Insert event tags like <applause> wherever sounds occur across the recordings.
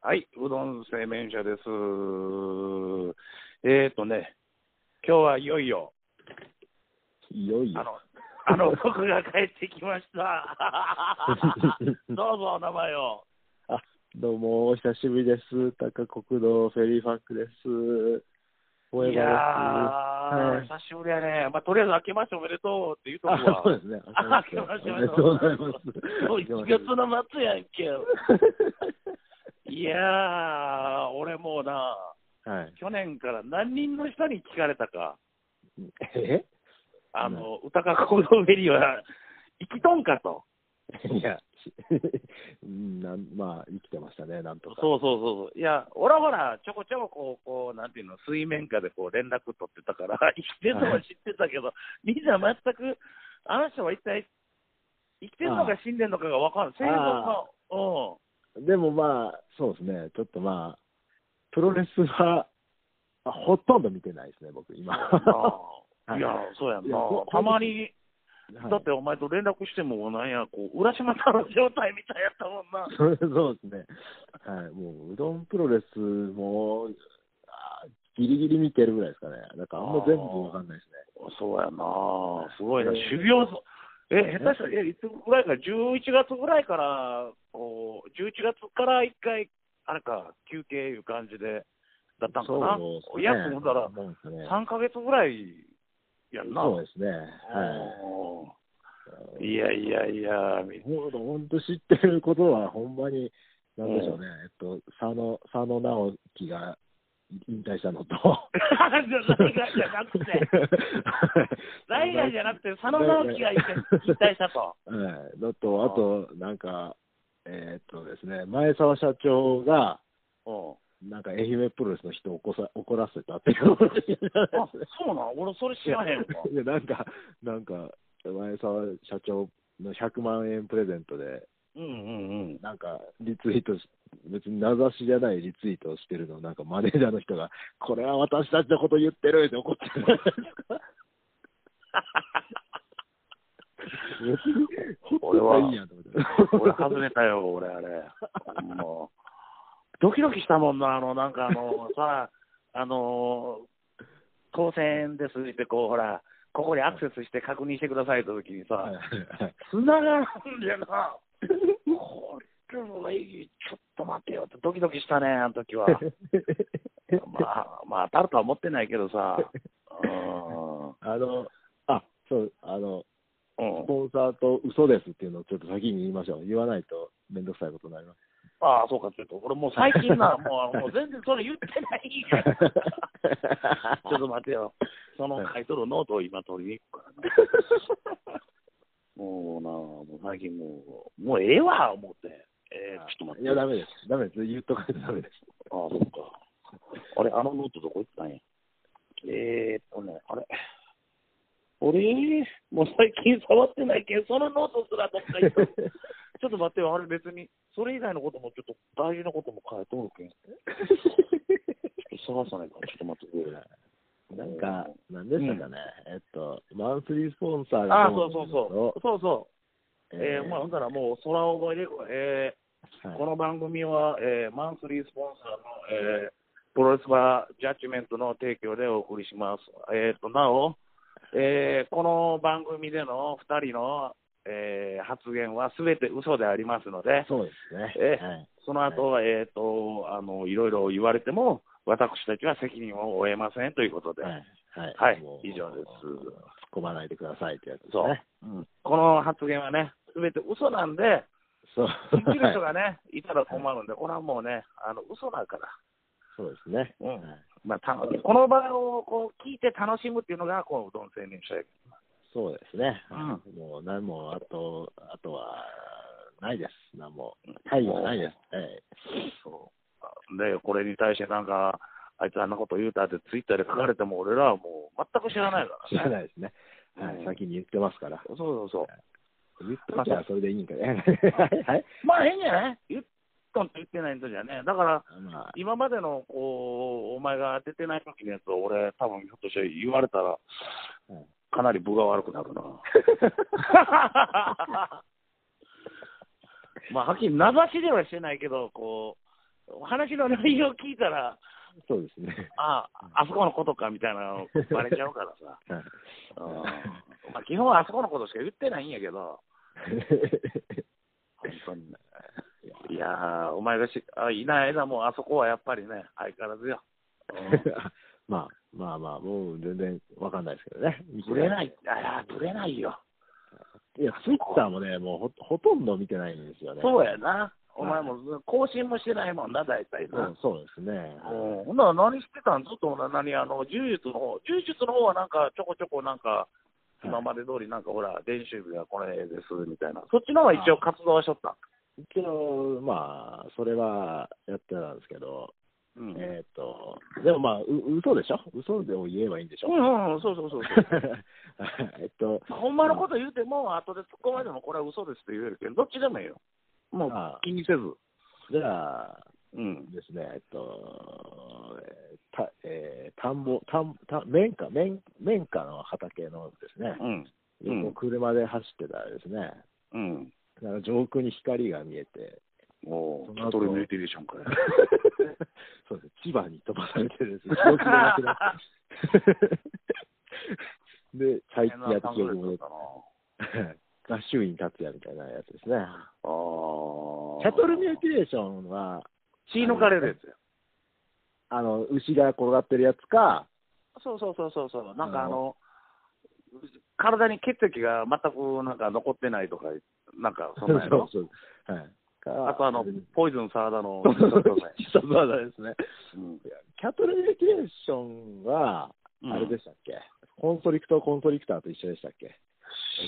はい、うどん製麺社です。えーとね、今日はいよいよ、いよいあ <laughs> よ。の、あの僕が帰ってきま <laughs> した。どうぞお名前を。あ、どうも、お久しぶりです。高国道フェリーファンクです。おいやー、はい久しぶりやね。まあ、とりあえず明けましておめでとうって言うとこ <laughs> あ、は。そうですね。あ明けましておおめめででととううございまございますす。もう1月の末やん <laughs> け。いやー、俺もうな、はい。去年から何人の人に聞かれたか。 <laughs> えあの、歌か行動ベリーは生きとんかと。いや、うんなんまあ、生きてましたね、なんとそうか。そうそうそう。いや、俺はほら、ちょこちょここう、こう、なんていうの、水面下でこう連絡取ってたから、 <laughs> 生きてるのは知ってたけど、みんな全く、あの人は一体、生きてるのか死んでるのかが分からん。生存あの、でもまあ、そうですね。ちょっとまあ、プロレスは、あほとんど見てないですね、僕、今。 <laughs> うん。いやはい、そうやんいなやほ。たまに、 <laughs> はいだってお前と連絡しても、なんや、こう、浦島太郎状態みたいやったもんな。 <laughs> それそうですね、はい、もううどんプロレスもあーギリギリ見てるぐらいですかね、だからあんま全部わかんないですね。そうやなあ、すごいな、えー修行ぞ、え、下手したら、えいつぐらいから、11月ぐらいから、こう、11月から一回、あれか、休憩いう感じで、だったんかな、そうですね約ほんだら、そうですね3か月ぐらいやんな、そうですね、うんいやいやいや、み <laughs> はい、本当、知ってることは、ほんまに、なんでしょうね、えっと、佐野佐野直樹が引退した <laughs> のと、ライガーじゃな <laughs> くて、ライガーじゃなくて、佐野直樹が一回引退したと。はい、だと、あと、なんか、えーっとですね、前澤社長が、うんなんか愛媛プロレスの人を怒さ怒らせたっていう話じゃないあそうなん、俺、それ知らへんわ。いや <laughs> なんか、なんか、前澤社長の100万円プレゼントで、うんうん <laughs> うん。なんか、リツイートし、別に名指しじゃないリツイートをしてるのを、なんかマネージャーの人が、これは私たちのこと言ってるって怒ってるじゃないです <laughs> か。 <laughs> 俺はほっといたらいいやんと思って俺、外れたよ、 <laughs> 俺、あれ。 <laughs> もう、ドキドキしたもんな、あの、なんかあの、 <laughs> さ、あの、当選ですって、こう、ほら、ここにアクセスして確認してくださいって時にはいさ、繋がらんでな、これもいい、ちょっと待てよって、ドキドキしたね、あの時 <laughs> は。まあ、まあ、当たるとは思ってないけどさ、うんあの、あ、そう、あの、うんス。ポンサーと嘘ですっていうのをちょっと先に言いましょう。言わないとめんどくさいことになります。ああ、そうか、ちょっと、俺もう最近な、もう、もう全然それ言ってないから。<laughs> <laughs> ちょっと待て <laughs> よ。その書いとるノートを今取りに行くから <laughs> な。もうな、もう最近もう、もうええわ、思って。えー、ちょっと待って。いや、ダあメです。ダメです。言っとかないとダメです。あ、そうか。あれ、あのノートどこ行ったんや。えーっとね、あれ。俺、もう最近触ってないけん、そのノートすらどっか行 <laughs> っとるちょっと待ってよ、あれ別に、それ以外のこともちょっと大事なことも書いとるけん。ちょっと探さないから、ちょっと待ってくれ。なんか、なんでしたかね、えっと、マンスリースポンサーがああ、そうそうそう。そうそう。えーまあ、ほんならもう、空覚えで、えーこの、の番組は、えーマンスリースポンサーの、えープロレスバージャッジメントの提供でお送りします。えー、となお、えーこの番組での2人の、えー発言はすべて嘘でありますので、そうですね。えーはいその後は、えーとあのいろいろ言われても、私たちは責任を負えませんということで、はい。はい。はいもう以上です突っ込まないでくださいってやつですそうね。この発言はね、すべて嘘なんで、そう。信じる人はいがね、いたら困るんで、これはもうね、あの嘘だから、そうですね。うんはいまあ、たこの場をこう聞いて楽しむっていうのが、このうどん製麺所やけそうですね。うもう何も、あと、あとは、ないです。何も。はい、ないです。はい。どそうで、これに対してなんか、あいつあんなこと言うたって、ツイッターで書かれても、俺らはもう全く知らないから、ね、知らないですね。はうんい、先に言ってますから。そうそうそう、言っときゃそれでいいんかね。はいはい。まあ、変じゃない言っとんと言ってないんとじゃね、だから、まあ、今までのこうお前が出てない時のやつを、俺、多分ひょっとして言われたら、はいかなり分が悪くなるな。 <laughs> まあ、はっきり名指しではしてないけど、こう、話の内容聞いたら、 <laughs> そうですね。。ああ、あそこのことかみたいなのバレちゃうからさ <laughs> はい。うんまあ、基本はあそこのことしか言ってないんやけど、本当にね。いやー、お前がしあいない間もあそこはやっぱりね、相変わらずよ。 <laughs> まあまあまあ、もう全然わかんないですけどね。ぶれない、あーぶれないよ。いや、ツイッターもね、もうほほとんど見てないんですよね。そうやな。お前も更新もしてないもんな、大体うな。んそうですね。うん、ほんなら何してたんずっとほら何あの柔術の方柔術の方はなんかちょこちょこなんか今まで通りなんかほら練習日がこれですみたいなそっちの方は一応活動はしとった一応、まあ、それはやってたんですけど、うん、えーっと、でもまあ、う嘘でしょ嘘でも言えばいいんでしょうんうんそうそうそうそう <laughs> えっと、 <laughs> ほんまのこと言うても後で突っ込まれてもこれは嘘ですって言えるけどどっちでもいいよもうあ気にせずじゃあうんですね、えっと、えーたえー田んぼ、田ん田綿花綿、綿花の畑のですねう、んうん横車で走ってたらですね、うんなんか上空に光が見えて、もそうの後ストレミューティレーション <laughs> かそうです千葉に飛ばされてで <laughs> すね、記憶がなくなってで、最近やっと記憶も出てな合衆院達也みたいなやつですね。あーシャトルミューティレーションは、血抜かれるやつやあの、牛が転がってるやつか、そうそうそうそうそう、なんかああのの、体に血液が全くなんか残ってないとか、なんかそんなんやろ、そうそう。はい。かあとあのうん、ポイズンサラダの、必殺技ですね。うんキャトルミューティレーションは、うんあれでしたっけ、コンストリクト、コンストリクターと一緒でしたっけ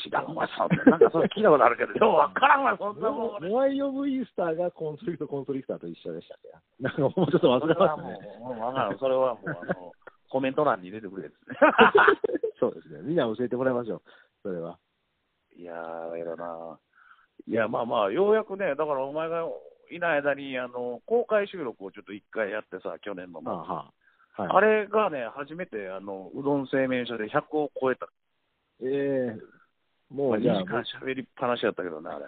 知らんわ、そんな、なんかそれ聞いたことあるけど、 <laughs> よう分からんわ、そんなもんモ俺。アイ・オブ・イースターがコンストリクト、コンストリクターと一緒でしたっけ <laughs> なんかもうちょっと忘それれまはしたもね。う、もう分からん、それはもう、あ <laughs> の、コメント欄に入れてくれ <laughs> ですね。 <laughs> そうですね。みんな教えてもらいましょう。それは。いやー、やだな。いや、まあまあ、ようやくね、だからお前がいない間に、あの、公開収録をちょっと一回やってさ、去年の末あはあ、はい。あれがね、初めてあのうどん製麺所で100を超えた、ええもまあ、う2じゃあ時、間喋りっぱなしだったけどね、あれ。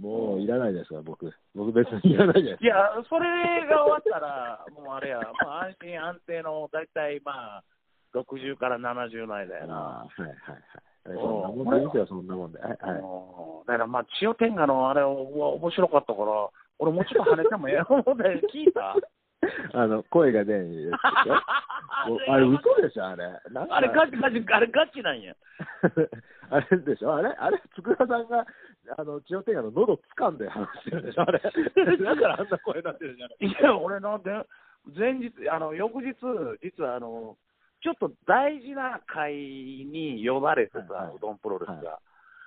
もういらないですか、僕。僕別にいらないです。いや、それが終わったら、 <laughs> もうあれや、まあ、安心安定の大体まあ、60から70の間やな。ああ、はいはいはい。うんそんなもんでいいですよ、そんなもんで。はいあはい。のだからまあ、千代天下のあれは面白かったから、俺もうちょっと跳ねてもええもんで聞い <laughs> た。あの、声が出 <laughs> るやつでしょおあれ、嘘でしょ、あれ。なんかあれガチガチ、あれガチなんや。あれでしょあれあれ、つくらさんが、あの、千代天下の喉掴んで話してるでしょあれ。 <laughs> だからあんな声出してるじゃない。いや、俺ので前日、あの翌日、実はあのちょっと大事な会に呼ばれてさ、はいはいうどんプロレスが。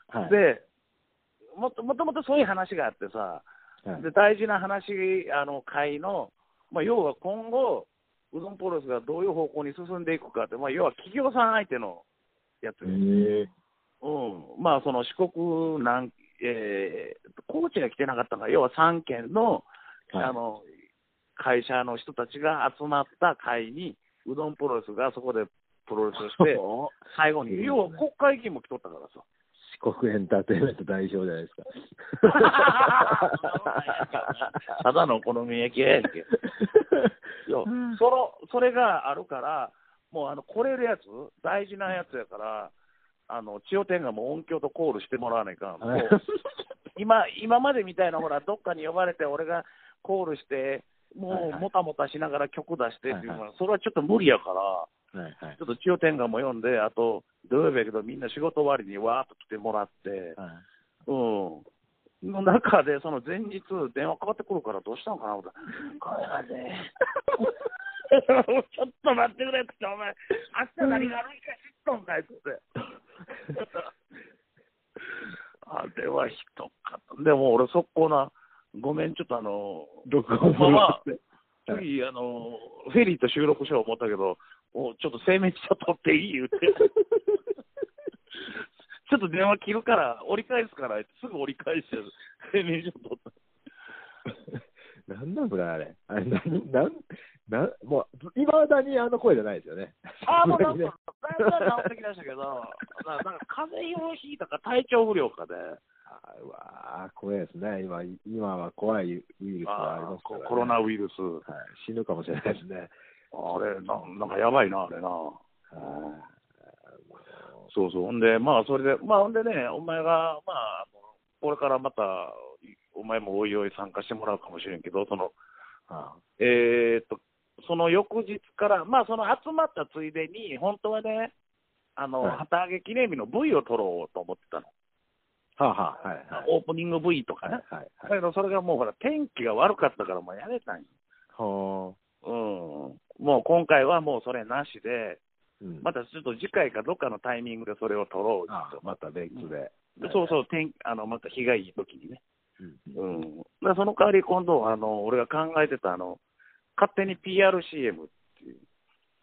はい。でもと、もともとそういう話があってさ、はいで大事な話、あの会の、まあ、要は今後、うどんプロレスがどういう方向に進んでいくかって、まあ、要は企業さん相手のやつ、へえうん、まあその四国なん、えー、高知が来てなかったから、要は3県の、はい、あの会社の人たちが集まった会に、うどんプロレスがそこでプロレスをして <laughs> 最後に、いいですね要は国会議員も来とったから <laughs> さ。。四国エンターテインメント代表じゃないですかただのお好み焼き屋やんけ。よそのそれがあるから、もうあの来れるやつ、大事なやつやから、あの千代天がもう音響とコールしてもらわないかん、もはいう今今までみたいな、ほら、どっかに呼ばれて、俺がコールして、はいもはういもたもたしながら曲出してっていうはいのは、それはちょっと無理やから、はいはいちょっと千代天がも読んで、あと土曜日やけど、みんな仕事終わりにわーっと来てもらって、はいうん、の中で、その前日、電話かかってくるから、どうしたのかなと思ったら、これはね、ちょっと待ってくれって、お前、明日何があるんか知っとんかいっつって。あれはひどかった。でも俺、速攻な、ごめん、ちょっとあの、録ほんま <laughs> はする次、あの、フェリーと収録しよう思ったけど、もうちょっと声明ちゃっとっていい <laughs> 言うて。ちょっと電話切るから、折り返すから、すぐ折り返して、声明書取った。なんなんそれあれあれ何なんなんもういまだにあの声じゃないですよねああ、もうなんか、だねいぶ治ってきましたけど、ななんか風邪をひいたか体調不良かで、ーうわー怖いですね、今今は怖いウイルスがありあますーかコら、ねコロナウイルス。はい、死ぬかもしれないですね。あれな、なんかやばいな、あれな。はそうそう。ほんで、まあ、それで、まあ、ほんでね、お前が、まあ、あのこれからまた、お前もおいおい参加してもらうかもしれんけど、その、いあえーっと、その翌日から、まあ、その集まったついでに、本当はね、あの、はい旗揚げ記念日の V を取ろうと思ってたの。はあはあはいはいオープニング V とかね。はいはだいはいけど、それがもうほら、天気が悪かったからもうやめたんよ。はうん。もう今回はもうそれなしで、あうんまたちょっと次回かどっかのタイミングでそれを取ろうあと。また別で、でそうそう、天あのまた日がいい時にね。うんうん。だからその代わり今度、あの、俺が考えてたあの、勝手に PRCM っていう。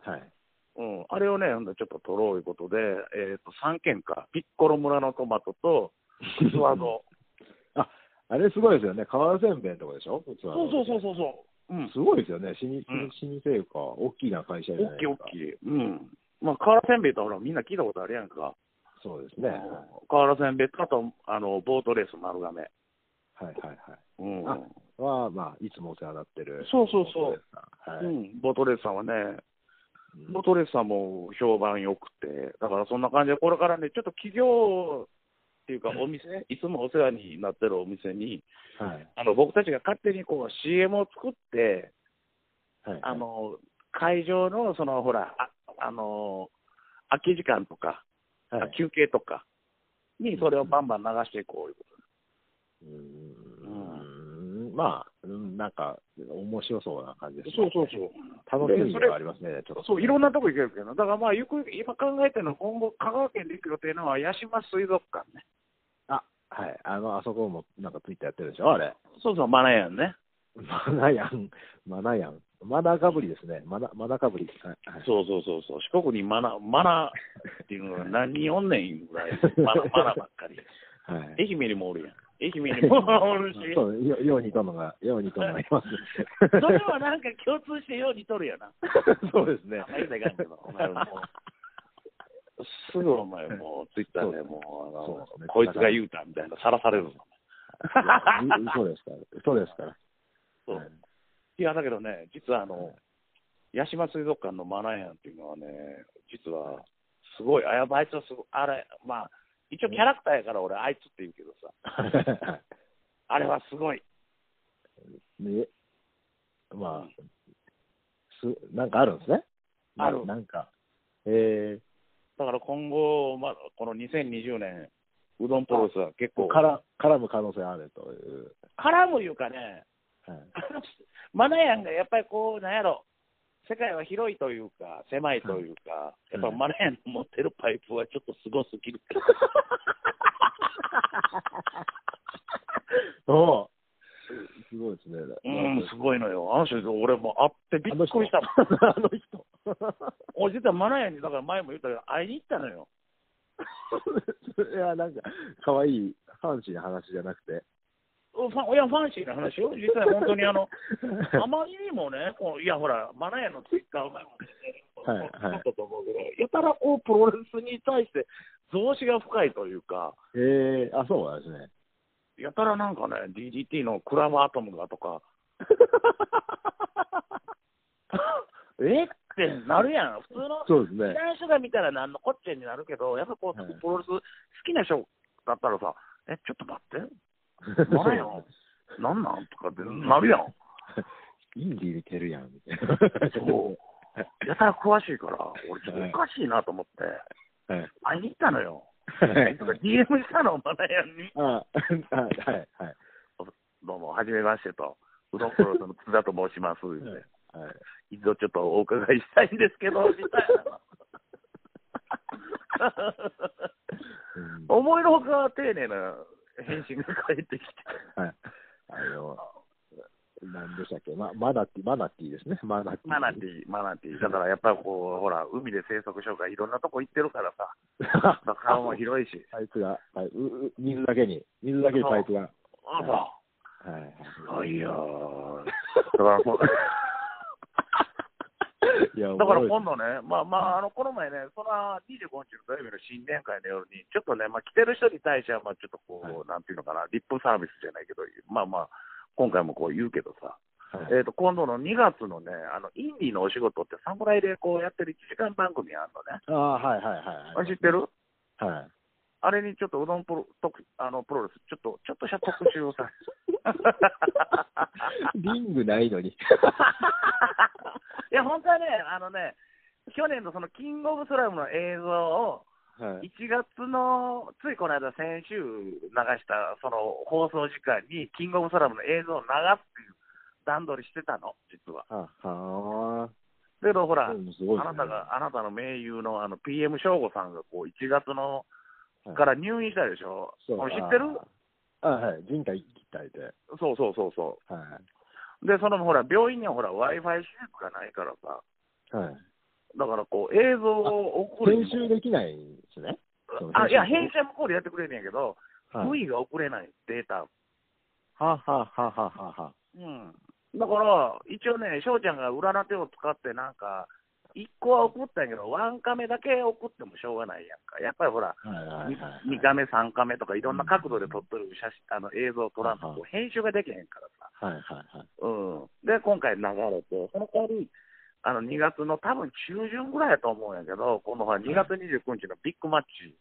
はいうん、あれをね、ほんでちょっと取ろういうことで、えっと3軒か、ピッコロ村のトマトと、器の、あれすごいですよね瓦せんべいのとこでしょそう <laughs> そうそうそうそうそう、うん、すごいですよね老舗うん老舗か大きな会社じゃ大ないできい大すかきい、うん、まあ、瓦せんべいとほら、みんな聞いたことあるやんか、そうですねはいうん瓦せんべいと、あとあのボートレース丸亀、はいはいはいうんあはまあいつもお世話になってるそうそうそううはうい、ん、ボートレースさんはね、うんボートレースさんも評判良くて、だからそんな感じで、これからね、ちょっと企業っていうか、お店、いつもお世話になってるお店に、はいあの僕たちが勝手にこう CM を作って、はいあの会場のそのほらああの空き時間とか、はい休憩とかにそれをバンバン流していこういうこうーんまあ、うんなんか、面白そうな感じです、ね。そう楽しみがありますね、ちょっと。そういろんなとこ行けるけどだからまあゆくゆく今考えてるのは今後香川県で行く予定なのは八島水族館ねあ、はい。あの、あそこも、なんかツイッターやってるでしょ、あれ。そうそうマナヤンねマナヤン、マナヤン。マナかぶりですね。マナ、マナかぶり。はい。はいそうそうそうそう四国にマナマナっていうのが何人おんねんいうぐらいマ <laughs> ナマナばっかりはい。愛媛にもおるやん愛媛にもおるしそう、よようにとのが、ようにとのがいます。それはなんか共通してよう似とるやな <laughs> そうですねあんまり言いたいかんけどお前もうすぐお前もうツイッターでもうそうあですのねこいつが言うたみたいなさらされるの。う <laughs> そうですから。そうですから。 <laughs> そうはいいやだけどね実はあの八島水族館のマナヤンっていうのはね実はすごいあやばいあいつはすごいあれまあ一応キャラクターやから俺あいつって言うけどさはあれはすごいいで、まあ、す、なんかあるんですね。あるなんか、えだから今後、まあ、この2020年うどんプロレスは結ー、構から絡む可能性あるという。絡むいうかね <laughs> はい。あのマナヤンがやっぱりこう、なんやろ、世界は広いというか、狭いというか、うんやっぱマナヤンの持ってるパイプはちょっとすごすぎる <laughs> からおうすごいですね。うん、すごいのよ。あの人、俺も会ってびっあくの人りしたもん。あの人。 <laughs> 俺実はマナヤンに、だから前も言ったけど、会いに行ったのよ。いや、なんか、可愛い、ファンシーな話じゃなくて。ファンいや、ファンシーな話 <laughs> よ。実は本当にあの、あまりにもね、こういや、ほら、マナヤンのツイッターお前もね、はいはいだったと思うけど、やたらこう、プロレスに対して、増資が深いというか、 <laughs> えー、あ、そうなんですね。やたらなんかね、DDT のクラブアトムがと <laughs> か、えってなるやん、普通のそうです知ね。らん人が見たら、なんのこっちゃになるけど、やっぱこう、はいプロレス好きな人だったらさ、え、ちょっと待って、なんやん、なんなんとかってなるやん、 <laughs> インディーにてるやん、みたいそう、やたら詳しいから、俺、ちょっとはいおかしいなと思って、な。はい。会いに行ったのよ。はいとか DM したの、マナヤンに。あ、はい、はい、はい。どうも、はじめましてと、うどんプロレスの津田と申します、言うてはい一度ちょっとお伺いしたいんですけど、みたいな。うん思いのほか丁寧な返信が返ってきて、はい。あの、なんでしたっけ、ま、マナティ、マナティですね。マナティ。マナティー、マナティー、だからやっぱりこう、ほら、海で生息しようから、いろんなとこ行ってるからさ、まあ川も広いし、パイプが、はい、うう水だけに、水だけにパイプが。はあら、いはい。 <laughs> すごいよー、だからもう、いや、だからおもろい今度ね、まあまあ、あのこの前ね、その25日の土曜日の新年会の夜に、ちょっとね、まあ、来てる人に対しては、まあ、ちょっとこう、なんていうのかな、リップサービスじゃないけど、まあまあ、今回もこう言うけどさ、はいえー、と今度の2月のね、あのインディのお仕事って、侍でこうやってる1時間番組あるのね、ああ、はいはいはい。あ知ってるはい。あれにちょっとうどんプロ特あのプロレス、ちょっとちょっとした特集をさ、 <laughs> リングないのに。 <laughs> いや、本当はね、あのね、去年のそのキングオブスラムの映像を、はい。 1月の、ついこの間、先週流したその放送時間に、キングオブスラムの映像を流すっていう段取りしてたの、実は。あはけど、ほあ。ら、うんすごいですねあなたが、あなたの盟友のあの PM 省吾さんがこう1月のはいから入院したでしょ、そうこれ知ってるあはい。人体鍛えて。そうそうそうそはう、で、そのほら、病院にはほら、w i f i 施設がないからさ、い。はい。だからこう、映像を送るに編も集できないんですね。あいや、編集は向こうでやってくれるんやけど、はい。 V が送れない、データをはあはあはあはあはあはあ。うん、だから、一応ね、翔ちゃんが裏の手を使って、なんか、1個は送ったんやけど、1カメだけ送ってもしょうがないやんか、やっぱりほら、はいはいはいはい2カメ、3カメとか、いろんな角度で撮ってる写真あの映像を撮らんとはい、は編集ができへんからさ、はいはいはい。うん、で、今回流れて、その代わり、あの2月の多分中旬ぐらいやと思うんやけど、このほら2月29日のビッグマッチ、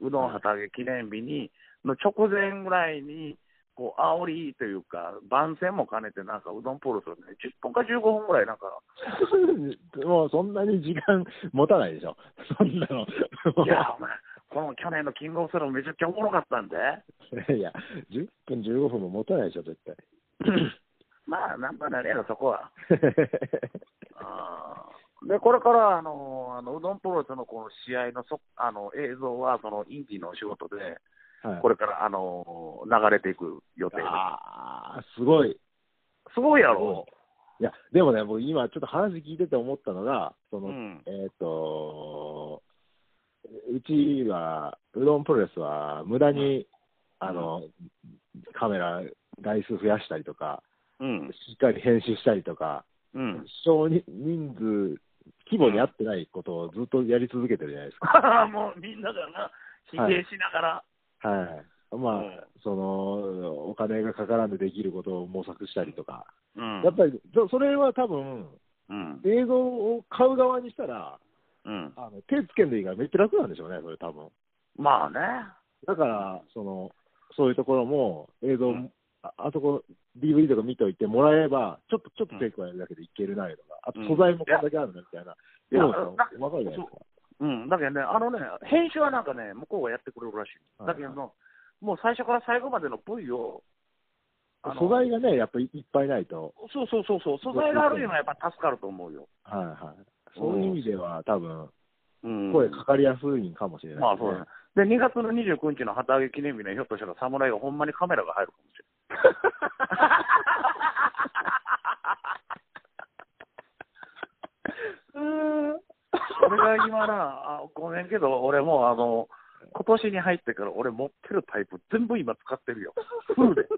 うどん旗揚げ記念日に、の直前ぐらいに、こう煽りというか、番宣も兼ねて、なんかうどんポルスをね、10分か15分ぐらい、なんか、 <laughs> もうそんなに時間持たないでしょ。そんなの。いや、お前、この去年のキングオブスラムめちゃくちゃおもろかったんで、 <laughs> いや、10分15分も持たないでしょ、絶 <laughs> 対。まあ、なんとかなるやろ、そこは。あーで、これから、あのあのうどんプロレスのこの試合のそあの映像は、そのインディのお仕事で、はい、これれから、あの流れていく予定です。ああ、すごい。すごいやろ。いや、でもね、僕今ちょっと話聞いてて思ったのが、その、うんえっ、と、うちは、うどんプロレスは、無駄に、あの、カメラ台数増やしたりとか、うん。しっかり編集したりとか、うん。少人人数、規模に合ってないことをずっとやり続けてるじゃないですか。 <laughs> もうみんながな、否定しながら。はい。まあ、うんその、お金がかからんでできることを模索したりとか。うんやっぱり、そそれは多分、うん。映像を買う側にしたら、うん。あの手つけんでいいからめっちゃ楽なんでしょうね、それ多分。まあね。だから、その、そういうところも映像、うんああそこ DVD とか見ておいてもらえば、ちょっと、ちょっと手加えるだけでいけるなよとか、あと素材もこんだけあるなみたいな。いでやも、いやわかるじゃないですか。うん。だけどね、あのね、編集はなんかね、向こうがやってくれるらしい。だけど、はいもう最初から最後までの部位を、あの素材がね、やっぱりいっぱいないと、そうそうそうそう、素材があるのはやっぱ助かると思うよ。はいはい。そういう意味では、多分、うん声かかりやすいんかもしれまなあいそうだね。で、2月の29日の旗揚げ記念日のひょっとしたら侍がほんまにカメラが入るかもしれない。 <laughs> 俺が今な、あごめんけど、俺もうあの、今年に入ってから俺持ってるタイプ全部今使ってるよ。フルで。 <laughs>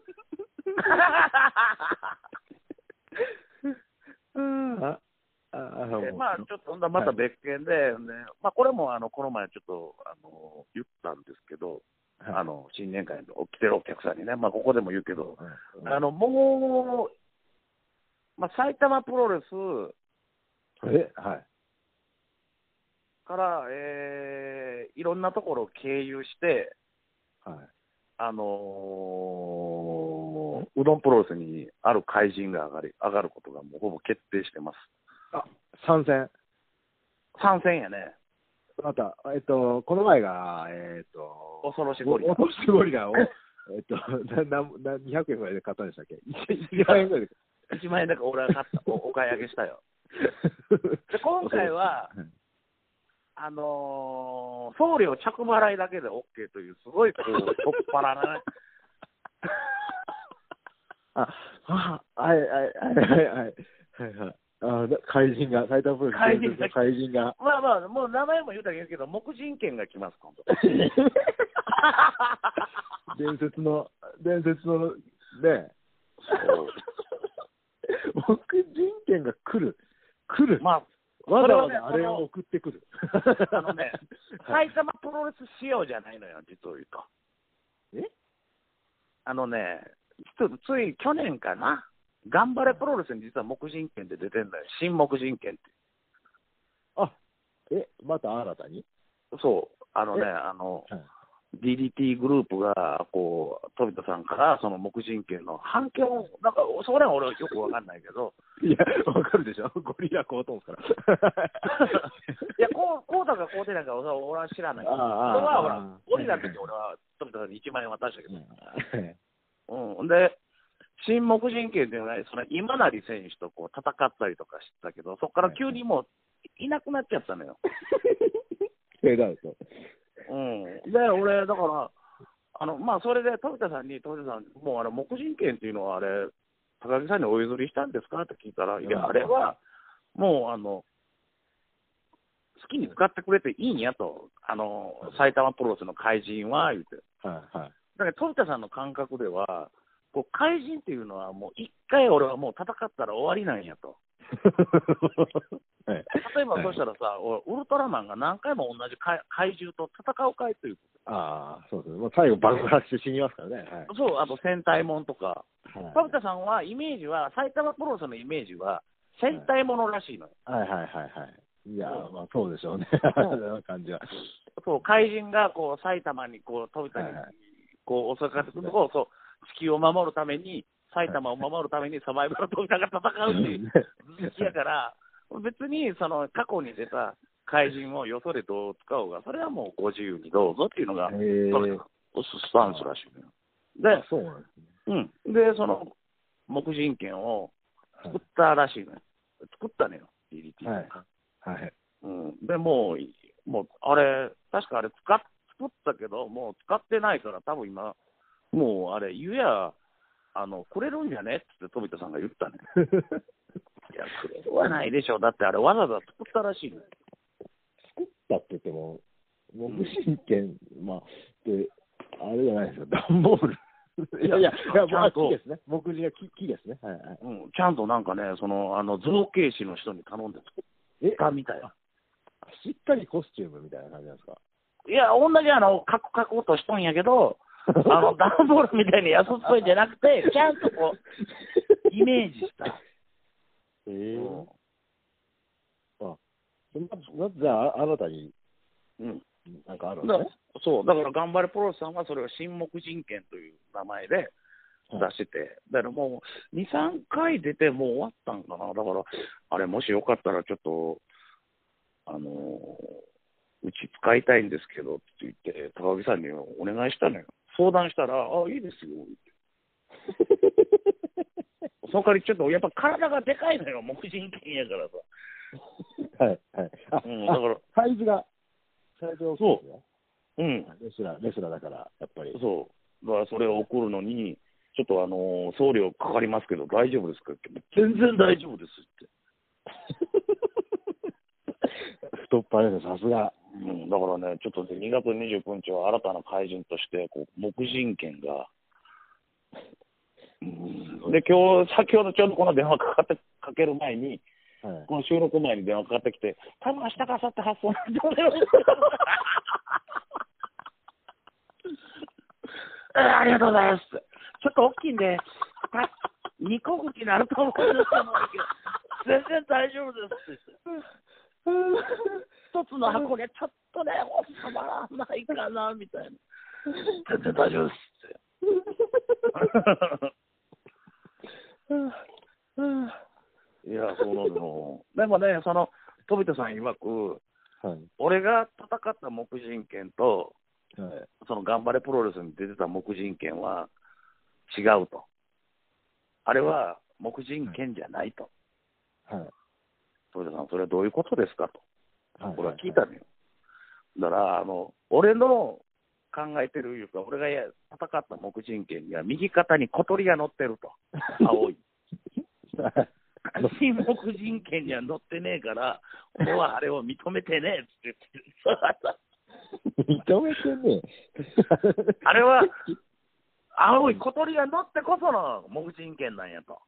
うん。あ、あ、あでのまあ、ちょっとほんならまた別件で、ねまあ、これもあのこの前、ちょっとあの言ったんですけど、はいあの新年会の来てるお客さんにね、まあ、ここでも言うけど、うんあのもう、まあ、埼玉プロレスえ、はい。から、えーいろんなところを経由して、はい。あのーうどんプロレスにある怪人が上がり上がることがもうほぼ決定してます。あ、参戦。参戦やね、また、えっと、この前が、えっと、恐ろしゴリラお恐ろしゴリラを、えっと、な、な、な200円ぐらいで買ったんで <laughs> したっけ ?1 万円ぐらいで。 1万円だから俺は買った、おお買い上げしたよ。で今回 <laughs> は、あのー送料着払いだけで OK という、すごいこう、とっぱら <laughs> な、あ、はあ、はい、はい、はい、はい、はい、はい。あ、だ怪人が、埼玉プロレス怪人が怪人が。まあまあ、もう名前も言うたらいいけど、黙人権が来ます、今度。伝説の、伝説の、ね、そう僕人権が来る。来る。まあ、わざわそれはざねあれを送ってくる。あのね <laughs> はい。埼玉プロレス仕様じゃないのよ、実を言うと。えあのね、つつい去年かな、頑張れプロレスに実は黙人権って出てんのよ、新黙人権って。あ、え、また新たにそう、あのね、えあの、はい DDT グループが、こう、飛田さんから、その黙人権の反響を、なんか、それは俺はよくわかんないけ <laughs> ど、いや、わかるでしょ。 <laughs> ゴリラ買おうと思うから。いや、こう、こうだかこうでないか、俺は俺は知らないけど、 <laughs> そあれあああはほあらあ、ゴリラの時俺は富田さんに1万円渡したけど、 <laughs> うんうん、で、新木人権っていうのは、その今成選手とこう戦ったりとかしてたけど、そこから急にもういなくなっちゃったのよ。フェードアウト。うん、で、俺、だから、あのまあ、それで富田さんに、富田さん、もうあの木人権っていうのは、あれ、高木さんにお譲りしたんですかって聞いたら、いや、あれはもうあの、好きに使ってくれていいんやと、あの埼玉プロレスの怪人は、言って。はいはい。だから、富田さんの感覚では、こう怪人っていうのは、もう一回俺はもう戦ったら終わりなんやと。はい、例えばはいそうしたらさ、俺ウルトラマンが何回も同じ怪怪獣と戦うかいという、ああ、そうですね。もう最後爆発して死にますからね。はいそう、あと戦隊もんとか、はい富田さんはイメージは、埼玉プロレスのイメージは、戦隊ものらしいのよ。はいはいはいはい。いやー、まあそうでしょうね。うんあの感じは。そう怪人がこう埼玉にこう富田に <laughs> はいはいこう襲いかかってくるとこを、そう地球を守るために、埼玉を守るためにサバイバル富田が戦うっていう。好きやから、別にその過去に出た怪人をよそでどう使おうが、それはもうご自由にどうぞっていうのが、へそのースタンスらしいのよ。そうなんですね。で、うん、でその黙人権を作ったらしいのよ。作ったのよ、DDT が、はいはい。うん。でもう、もうあれ、確かあれ使っ、作ったけど、もう使ってないから、多分今、もうあれ、ゆや、あのくれるんじゃねって富田さんが言ったね。いや、くれるはないでしょう。だってあれわざわざ作ったらしいのよ。作ったって言っても、もう無神権、まあ、で、あれじゃないですよ、段ボール。いいややいや、いやちゃんと木ですね。木地が木木ですね。はいはい。うん、ちゃんとなんかね、その、あの、造形師の人に頼んで作えったみたいな。しっかりコスチュームみたいな感じなんですかいや、同じあの、カクカクっとしとんやけど、あ <laughs> の、段ボールみたいに安っぽいんじゃなくて、ちゃんとこう、イメージした。ええうんままじゃあ、あなたに、うん。なんかあるだんかでらすね。そう、だから、頑張れプロレスさんはそれを新木人権という名前で出はいしてて、だからもう、2、3回出て、もう終わったんかな。だから、あれ、もしよかったら、ちょっと、あのーうち使いたいんですけどって言って、高木さんにお願いしたのよ。相談したら、あ、いいですよ、って。その代わり、ちょっと、やっぱ体がでかいのよ、木人権やからさ。はいはい。あ、うん、だから、あサイズが、サイズが大きいですね。うん、レスラー、レスラーだから、やっぱり。そう。だからそれを送るのに、ちょっとあのー送料かかりますけど、大丈夫ですかって。全然大丈夫ですって。太っ腹ですね、さすが。うん、だからね、ちょっとね、2月29日は新たな怪人として、こう、黙人権が。うん、で、今日、先ほどちょうどこの電話かかって、かける前に、はい。この収録前に電話かかってきて、多分明日か明後日発送なんでお願いします。 <laughs> あありがとうございます。ちょっと大きいんで、た二個口になると思うんですけど、全然大丈夫ですって言って。一つの箱でちょっとね、収まらないかな、みたいな。全然大丈夫ですって。<laughs> <laughs> いや、そうなの。でもね、その、飛田さん曰く、はい。俺が戦った黙人権と、はい。その頑張れプロレスに出てた黙人権は違うと。あれは黙人権じゃないと。はい。飛田さん、それはどういうことですかと。はい俺は聞いたのよ。だから、あの、俺の考えてるいうか、俺がや戦った黙人権には右肩に小鳥が乗ってると。 <laughs> 青い。新黙人権には乗ってねえから、俺はあれを認めてねえって言ってる。認めてね。あれ <laughs> は、青い小鳥が乗ってこその黙人権なんやと。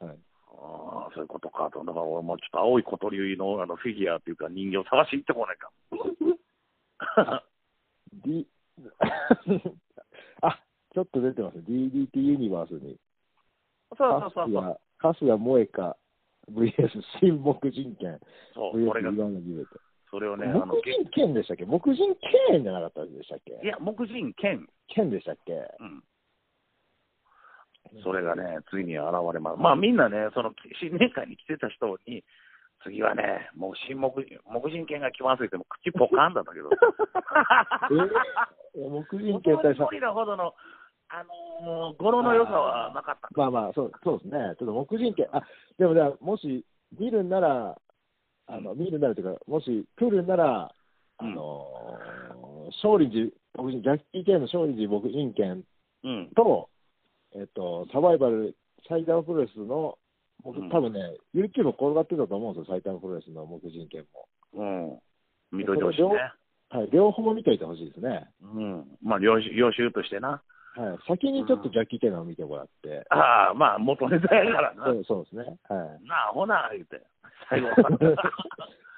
はい。ああ、そういうことかと。だから俺もちょっと青い小鳥のあのフィギュアっていうか人形探しに行ってこないか。 D <laughs> あちょっと出てます DDT ユニバースにそうそうそう春そう。日春日萌香 VS 新木人権 <laughs> そう、これ VS がリバウンドディベートそれをね、あの木、人権でしたっけ木人権じゃなかったでしたっけいや、木人剣。権でしたっけうん。それがね、ついに現れます。まあみんなね、その新年会に来てた人に、次はね、もう新木人、木人犬が来ますって言っても口ポカンだった <laughs> けど。え木人元権対はゴリラほどの、あのー、語呂の良さはなかった。まあまあそうそうですねちょっと木人権あでもじゃあもし見るんならあの見るんならというかもし来るんならあのー勝利寺僕ジャッキー・ケンの勝利寺僕人権うん。と、えっと、サバイバル、埼玉プロレスの、僕うん、多分ね、YouTube 転がってたと思うんですよ、埼玉プロレスの木人権も。うん。見といてほしいね。はい、両方も見といてほしいですね。うん。まあ、領収領収としてな。はい、先にちょっとジャッキー・ケンのを見てもらって、ああ、まあ、元ネタやからな。そうそうですね。はい。なあ、ほな、言うて。最 <laughs> 後。はい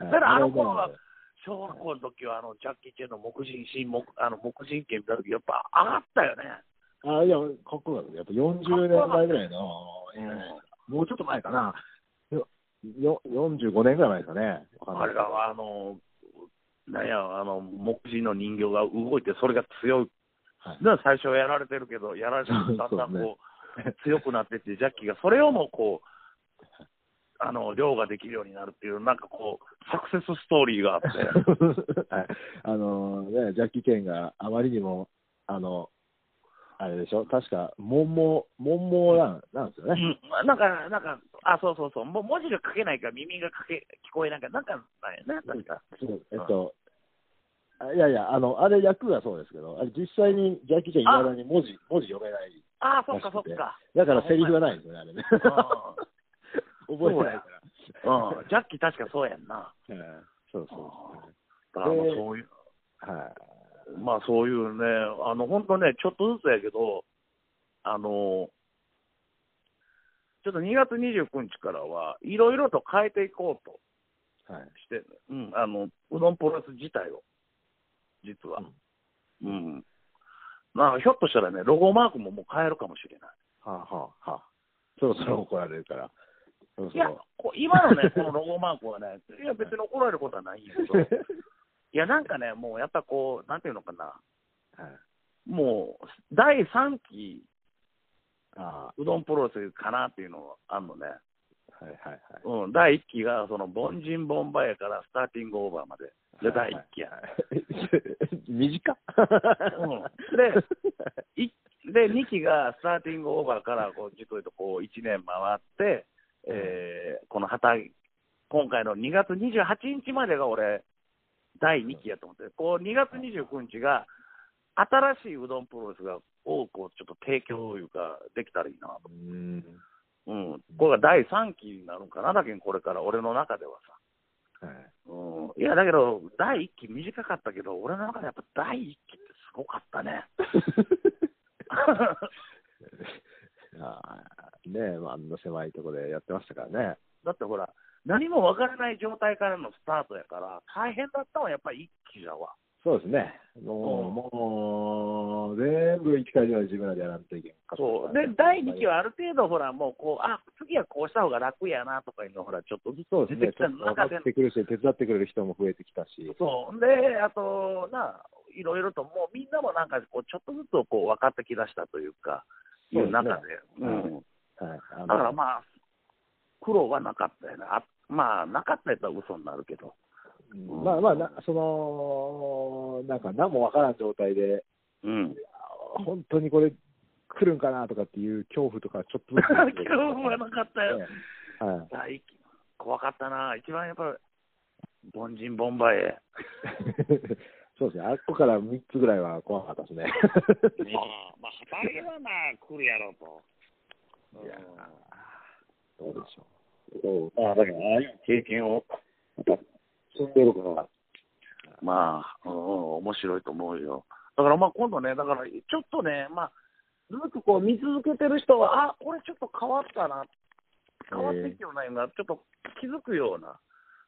だからあの頃はこれで小学校の時は、あの、ジャッキー系の黙人、新木、あの、黙人系見た時、やっぱ上がったよね。あいや、かっこよかった。やっぱ40年前ぐらいの、うんもうちょっと前かな。よよ45年ぐらい前ですかね。わかんないあれらは、あの、なんや、あの、黙人の人形が動いて、それが強い。はいだから最初はやられてるけど、やられてるとだんだんこう、そうね強くなってって、ジャッキーがそれをもこう、 <laughs> あの、量ができるようになるっていう、なんかこう、サクセスストーリーがあっ <laughs> て。はいあのね、ジャッキー・ケンがあまりにも、あの、あれでしょ、確か、モンモー、モンモーなんなんですよね。うん、なんか、なんか、あ、そうそうそう、もう文字が書けないから耳がかけ聞こえないから、なんか、なんやな、確か。そうえっと、あいやいや、あの、あれ役がそうですけど、あれ実際にジャッキー・ケンいまだに文字、文字読めない。あ、そっかそっか。だからセリフがないんですよね、あれね。 <laughs> 覚えてないかうん、うんジャッキー確かそうやんな。ら。はいそうあそうだからもうそういう、そう。はい。まあそういうね、あの、本当ね、ちょっとずつやけど、あの、ちょっと2月29日からはいろいろと変えていこうとはい。して、うん、あの、うどんプロレス自体を、実は。うん。まあ、ひょっとしたらね、ロゴマークももう変えるかもしれない。はあ、はあ、はあ。そろそろ怒られるから。そろいそやろ。、こ今のね、このロゴマークはね、いや、別に怒られることはないんやけ <laughs> ど、いや、なんかね、もうやっぱこう、なんていうのかな、はい。もう、第3期、あうどんプロレスかなっていうのがあるのね。あ、はいはいはい。うん、第1期が、その、凡人ボンバイアからスターティングオーバーまで。で、第1期や。 <laughs> 短っ、 <laughs> いで、2期がスターティングオーバーから、こう、じっくりとこう、1年回って、えー、この畑、今回の2月28日までが俺、第2期やと思って、こう、2月29日が、新しいうどんプロレスが多くをちょっと提供というか、できたらいいなと。うんうん。これが第3期になるんかな、だけどこれから、俺の中ではさ。はい、 <laughs> うん。いや、だけど、第1期短かったけど、俺の中でやっぱ第1期ってすごかったね。 <laughs> ああねえ、まあ、あんな狭いところでやってましたからね。だってほら、何もわからない状態からのスタートやから、大変だったのはやっぱり一期じゃわ。そうですね。もう、もう、全部一回以上自分らでやらんといけんかったからそう。で、第2期はある程度、ほら、もうこう、あ、次はこうした方が楽やなとかいうのほら、ちょっとずそうつで出すてね。きたちょっと分か中で、ってくるし、手伝ってくれる人も増えてきたし。そう。で、あと、な、いろいろと、もうみんなもなんか、こう、ちょっとずつこう、分かってきだしたというか、いそううですね中で。うん。はい。あだのからまあ、苦労はなかったよね。あまあ、なかったやつは嘘になるけど。うんまあまあな、その、なんか何もわからん状態で、うん。あ本当にこれ来るんかなとかっていう恐怖とかちょっとず <laughs> つ苦労はなかったよ。ええはい第一怖かったな、一番やっぱ、凡人ボンバイエ。 <laughs> そうですね、あっこから3つぐらいは怖かったですね。まあ、畑はまあ、来るやろうと。いいやや、どうでしょそう、まあ、だから、ああいう経験を、やっぱ積んでるから、まあ、うん、面白いと思うよ。だから、まあ、今度ね、だから、ちょっとね、まあ、ずっとこう、見続けてる人は、あ、これちょっと変わったな、変わっていくような、今、ちょっと気づくような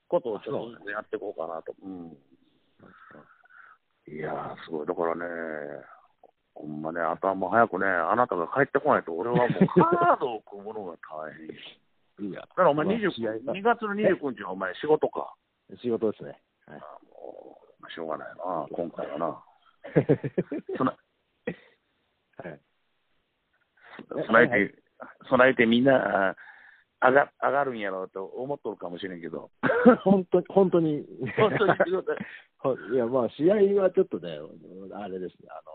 ことをちょっとずつやっていこうかなと。うんいやー、すごい。だからね、ほんまね、あとはもう早くね、あなたが帰ってこないと、俺は <laughs> もうカードを組むのが大変。いやだからお前まあ20試合が2月の29日はお前仕事か。仕事です <laughs> ね。はあいもうしょうがないな、今回はな。そなはい、備えて、備えてみんな、あ上が上がるんやろうと思っとるかもしれんけど。本当に、 <laughs> 本当に、本当に仕事ほんいや、まあ、試合はちょっとね、あれですね、あの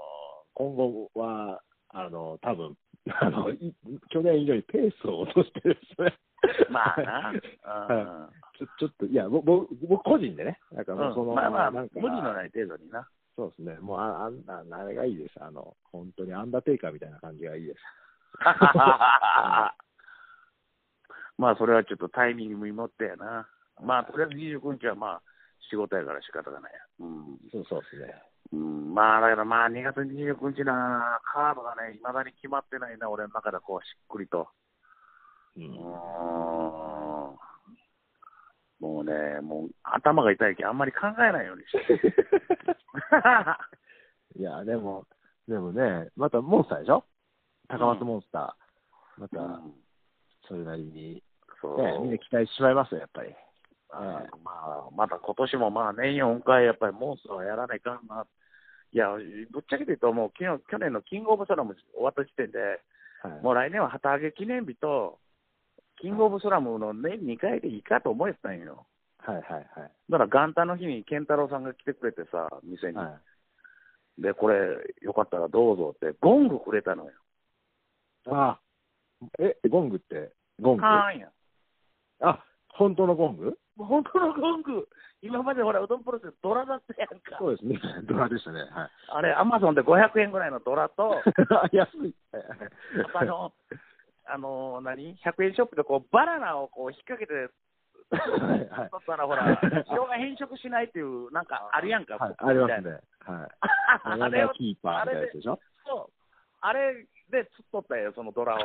今後は、あの多分 <laughs> あのい去年以上にペースを落としてですね、 <laughs> まあな。はい <laughs> ちょちょっと、いや、ぼぼ僕個人でね、なんかうんもうその、まあまあ、な無んか理のない程度にな。そうですね、もうああんああれがいいです、あの本当にアンダーテイカーみたいな感じがいいです。 <laughs> まあ、それはちょっとタイミング見持ってやな。まあ、とりあえず29日はまあ、仕事やから仕方がないや。うん。そうそうですね。うん、まあ、だからまあ、2月29日な、カードがね、いまだに決まってないな、俺の中でこう、しっくりと。ううんん、もうね、もう頭が痛いけんあんまり考えないようにして。 <laughs> <laughs> いや、でも、でもね、またモンスターでしょ高松モンスター。まうた、んそれなりに、そう、ね、みんな期待しちまいますよ、やっぱり。はいまあ、まだ今年もまあ年4回、やっぱりモンスターはやらないかんな。いや、ぶっちゃけて言うと、もう昨日去年のキングオブスラム終わった時点で、はい、もう来年は旗揚げ記念日と、キングオブスラムの年2回でいいかと思えてたんよ。はいはいはい。だから元旦の日に健太郎さんが来てくれてさ、店に。はで、これ、よかったらどうぞって、ゴングくれたのよ。い、あえ、ゴングって、ゴングカーンや。あ、本当のゴング本当のゴング、今までほら、うどんプロセスドラだったやんか。そうですね。 <laughs> ドラでしたね。はあれ、アマゾンで500円ぐらいのドラ <laughs> と、い。 <laughs> 安い。あの、あの何 ?100 円ショップでこうバナナをこう引っ掛けて、 <laughs> はいはい取ったらほら、人が変色しないっていう、なんかあるやんか、はい、ここありみまたすいなね。はい。 <laughs> ああれれをが、キーパーみたいなやつでしょそう、あれで釣っとったよ、そのドラを。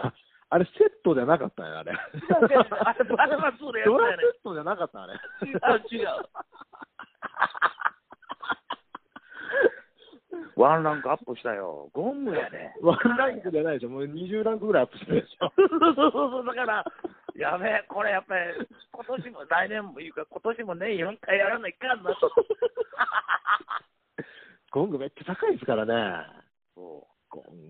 あれ、セットじゃなかったね、あれ。う違うあれバナナ釣るやつドラやねセットじゃなかった、あれ。違う、違う。ワンランクアップしたよ、ゴングやね。ワンランクじゃないでしょ、もう20ランクぐらいアップしてるでしょ。そうそうそう、だから、やべえ、これやっぱり、今年も、来年もいうか、今年もね、4回やらないかんな <laughs> と。ゴングめっちゃ高いですからね。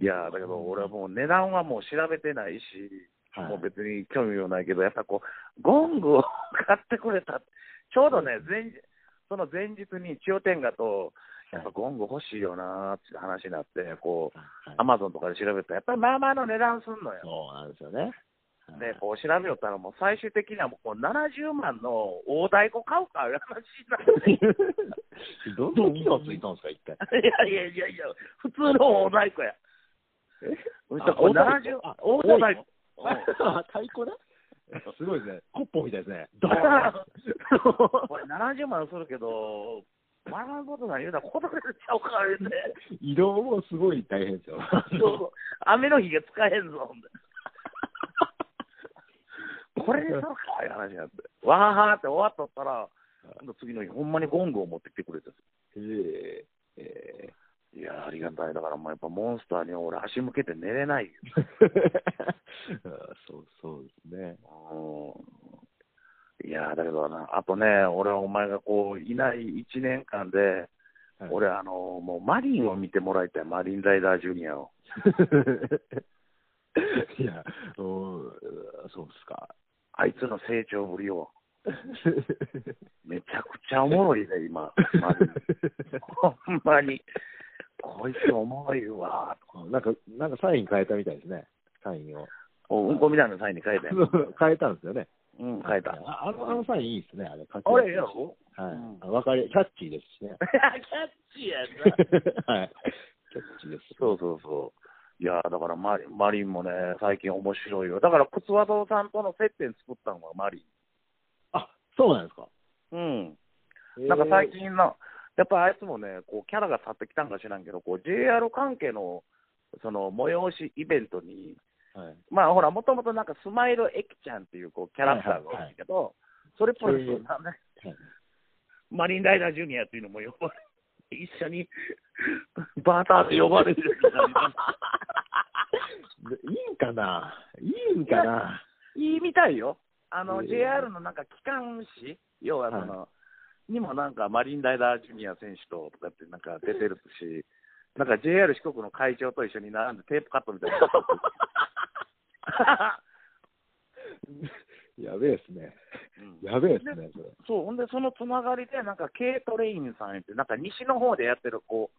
いやーだけど、俺はもう値段はもう調べてないし、はいもう別に興味もないけど、やっぱこう、ゴングを買ってくれた、ちょうどね、前日その前日に千代天下と、やっぱゴング欲しいよなーって話になって、こう、はいアマゾンとかで調べたら、やっぱりまあまあの値段すんのよ。そうなんですよね。で、こう調べよったら、もう最終的にはもう70万の大太鼓買うか、いう話になって。 <laughs> どんどん機能ついたんですか、一 <laughs> 回。いやいやいやいや、普通の大太鼓や。うんとこうあ70あ大大太鼓。鼓あ太鼓ね。すごいですね。コッポンみたいです <laughs> ね。ドドーーンンこれ70万するけど、学ぶことない言うな、子供でちゃうから言うて、移動もすごい大変 <laughs> ですよ。そうそう雨の日が使えんぞ、ほんでこれでそるかいう話になって、わーはーって終わっとったら、今度次の日、ほんまにゴングを持ってきてくれて、ええ <laughs> えいやー、ありがたい、だからもうやっぱモンスターに俺、足向けて寝れないよ。えそうそうですね。うんいやーだけどな、あとね、俺はお前がこういない1年間で、はい俺、あのもうマリンを見てもらいたい、マリンライダージュニアを。 <laughs> いや、うんそうですか。あいつの成長ぶりを。めちゃくちゃおもろいね、 <laughs> 今。マジでほんまに。こいつおもろいわ。なんか、なんかサイン変えたみたいですね。サイ <laughs> ンを。おうんこみたいなサインに書いたよ。変えたんですよね。うん、書いた。ああのあのサインいいですね、あれ。かっこあいいれやろはいうん。あわかり、キャッチーです <laughs> しね。キャッチやな。はい。キャッチーです。 <laughs> そうそうそう。いやーだからマリマリンもね、最近面白いよ。だから、靴和堂さんとの接点作ったのがマリあ、そうなんですか。ン。うん。なんか最え近な、やっぱあいつもね、こうキャラが立ってきたんか知らんけど、こう JR 関係のその催しイベントにはい。まあほら、もともとなんかスマイルエキちゃんっていうこうキャラクターがおるんだけど、それプラス、そういうなんだねはいマリンライダージュニアっていうのも呼ばれ、一緒にバーターで呼ばれてるみたい <laughs> なでいいんかないいんかないいみたいよ。あの、えー JR のなんか機関誌、要はその、にもなんかマリンライダージュニア選手ととかってなんか出てるし、なんか JR 四国の会長と一緒に並んでテープカットみ <laughs> たいな。やべえですね。うんやべえですね、それ。そう、ほんで、そのつながりで、なんか、軽トレインさんって、なんか、西の方でやってる、こ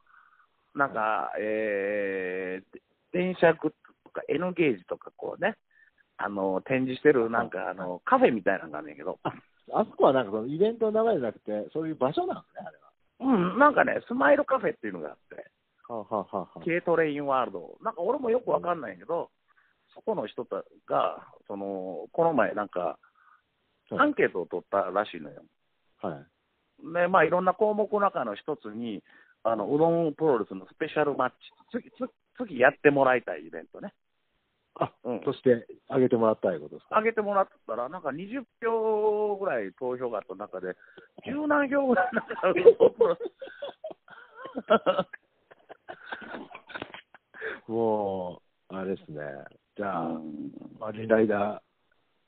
う、なんか、えー、電車グッズとか、N ゲージとか、こうね、あの、展示してる、なんか、あの、カフェみたいなのがあんねんけど、あそこはなんかそのイベントの名前じゃなくて、そういう場所なんですね、あれうん、なんかね、スマイルカフェっていうのがあって、は。はあ、はあはあは軽トレインワールド、なんか、俺もよくわかんないけど、そこの人たが、その、この前、なんか、あ、アンケートを取ったらしいのよ。はい。はい。ねまあ、いろんな項目の中の一つに、あのうどんプロレスのスペシャルマッチ、次次次やってもらいたいイベントね、あ、うん、そして、あげてもらったいうことですか。上げてもらったら、なんか20票ぐらい投票があった中で、十何票ぐらいなん <laughs> かうどんプロレもう、あれですね。じゃあ、ス。マリンライダー、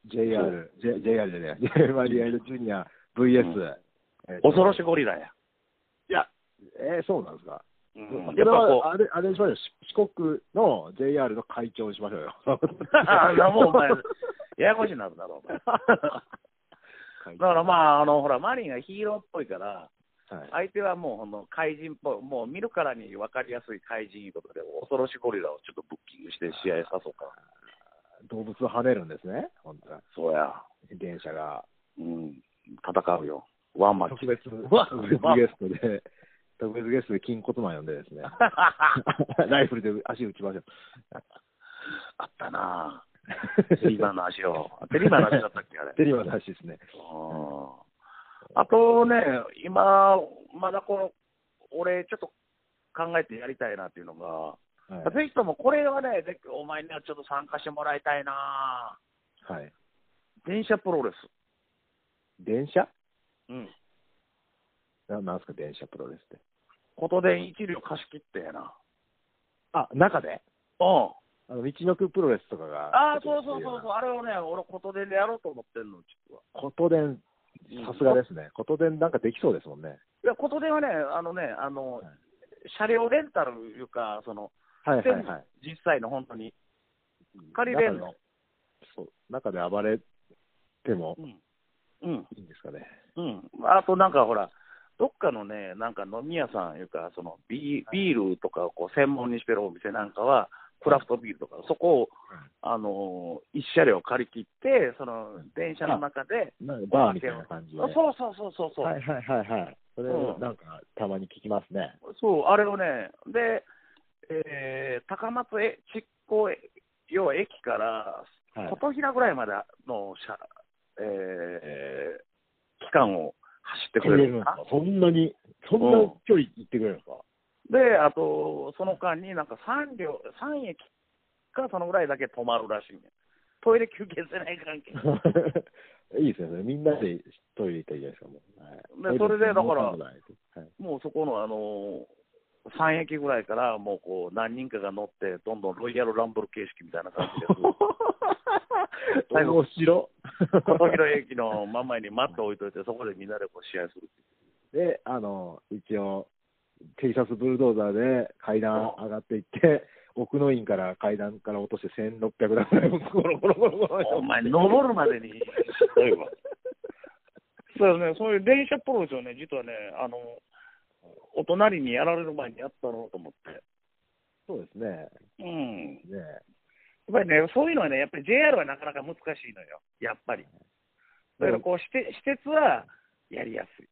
JR、J- JR じゃねえや、マリンライダージュニア、VS、えーと恐ろしゴリラや。いや、えーそうなんですか。うそん、やれっぱこはあれ、あれにしましょう。し四国の JR の会長にしまし <laughs> ょうよ。う、あんなもうお前、ややこしになるだろう、お前 <laughs> 会だからまあ、あのほら、マリンがヒーローっぽいから、長はい。相手はもうほんの怪人っぽい、もう見るからに分かりやすい怪人いうことで、恐ろしゴリラをちょっとブッキングして試合さそうか。動物を跳ねるんですね、本当は。そうや、電車が。うん、戦うよ、ワンマ <laughs> ッチ特。別、特別ゲストで、特別ゲストで金骨マン呼んでです <laughs> ね。ライフルで足打ちましょう。あったなぁ、テリーマンの足を、テリーマンの足だったっけ、あ <laughs> れ。テリマの話ですね。うんあとね、今、まだこの、俺、ちょっと考えてやりたいなっていうのが、はい。ぜひともこれはね、ぜひお前にはちょっと参加してもらいたいなはい、ぁ電車プロレス。電車うん。ななんですか、電車プロレスって。ことで一両貸し切ってやな。あ、中でうん。あの、道のくプロレスとかが。。ああ、そうそうそうそうう。あれをね、俺、ことでやろうと思ってんの、実は。ことでん、さすがですね。ことでんなんかできそうですもんね。いや、ことではね、あのね、あの、はい車両レンタルいうか、その、はいはいはい。実際の本当に、借りれんの。そう。中で暴れてもうん。うん。いいんですかね。うん。あと、なんかほら、どっかのね、なんか飲み屋さんいうか、そのビービールとかをこう専門にしてるお店なんかは、クラフトビールとか、そこを、あのー一車両借り切って、その、電車の中で、なんかバーみたいな感じで。あそうそうそうそうそう、はいはいはいはい。それうをんなんかたまに聞きますね。そう、あれをね、で、えー高松え築港え、要は駅からはい。琴平ぐらいまでの車、えー期間を走ってくれるんのですかかそんなに、そんな距離行ってくれるん <laughs> ですか、で、あと、その間になんか3両、三駅かそのぐらいだけ止まるらしいねトイレ休憩せない関 <laughs> 係。いいですね、それみんなでトイレ行ったらいいじゃないですか、もう。でそれでだからはいもうそこの、あのー、3駅ぐらいから、もうこう、何人かが乗って、どんどんロイヤルランブル形式みたいな感じで、<laughs> 最後面白琴広駅の真ん前にマット置いといて、そこでみんなでこう試合する。で、あの、一応、テキサスブルドーザーで階段上がっていって、奥の院から階段から落として1600段ぐらい、ゴロゴロゴロゴロ。お前、登るまでにひどいわ。そうね、そういう電車プロレスをね、実はね、あの、お隣にやられる前にやったろうと思って。そうですね。うん。やねっぱりね、そういうのはね、やっぱり JR はなかなか難しいのよ、やっぱり。だからこう、して施設はやりやすい。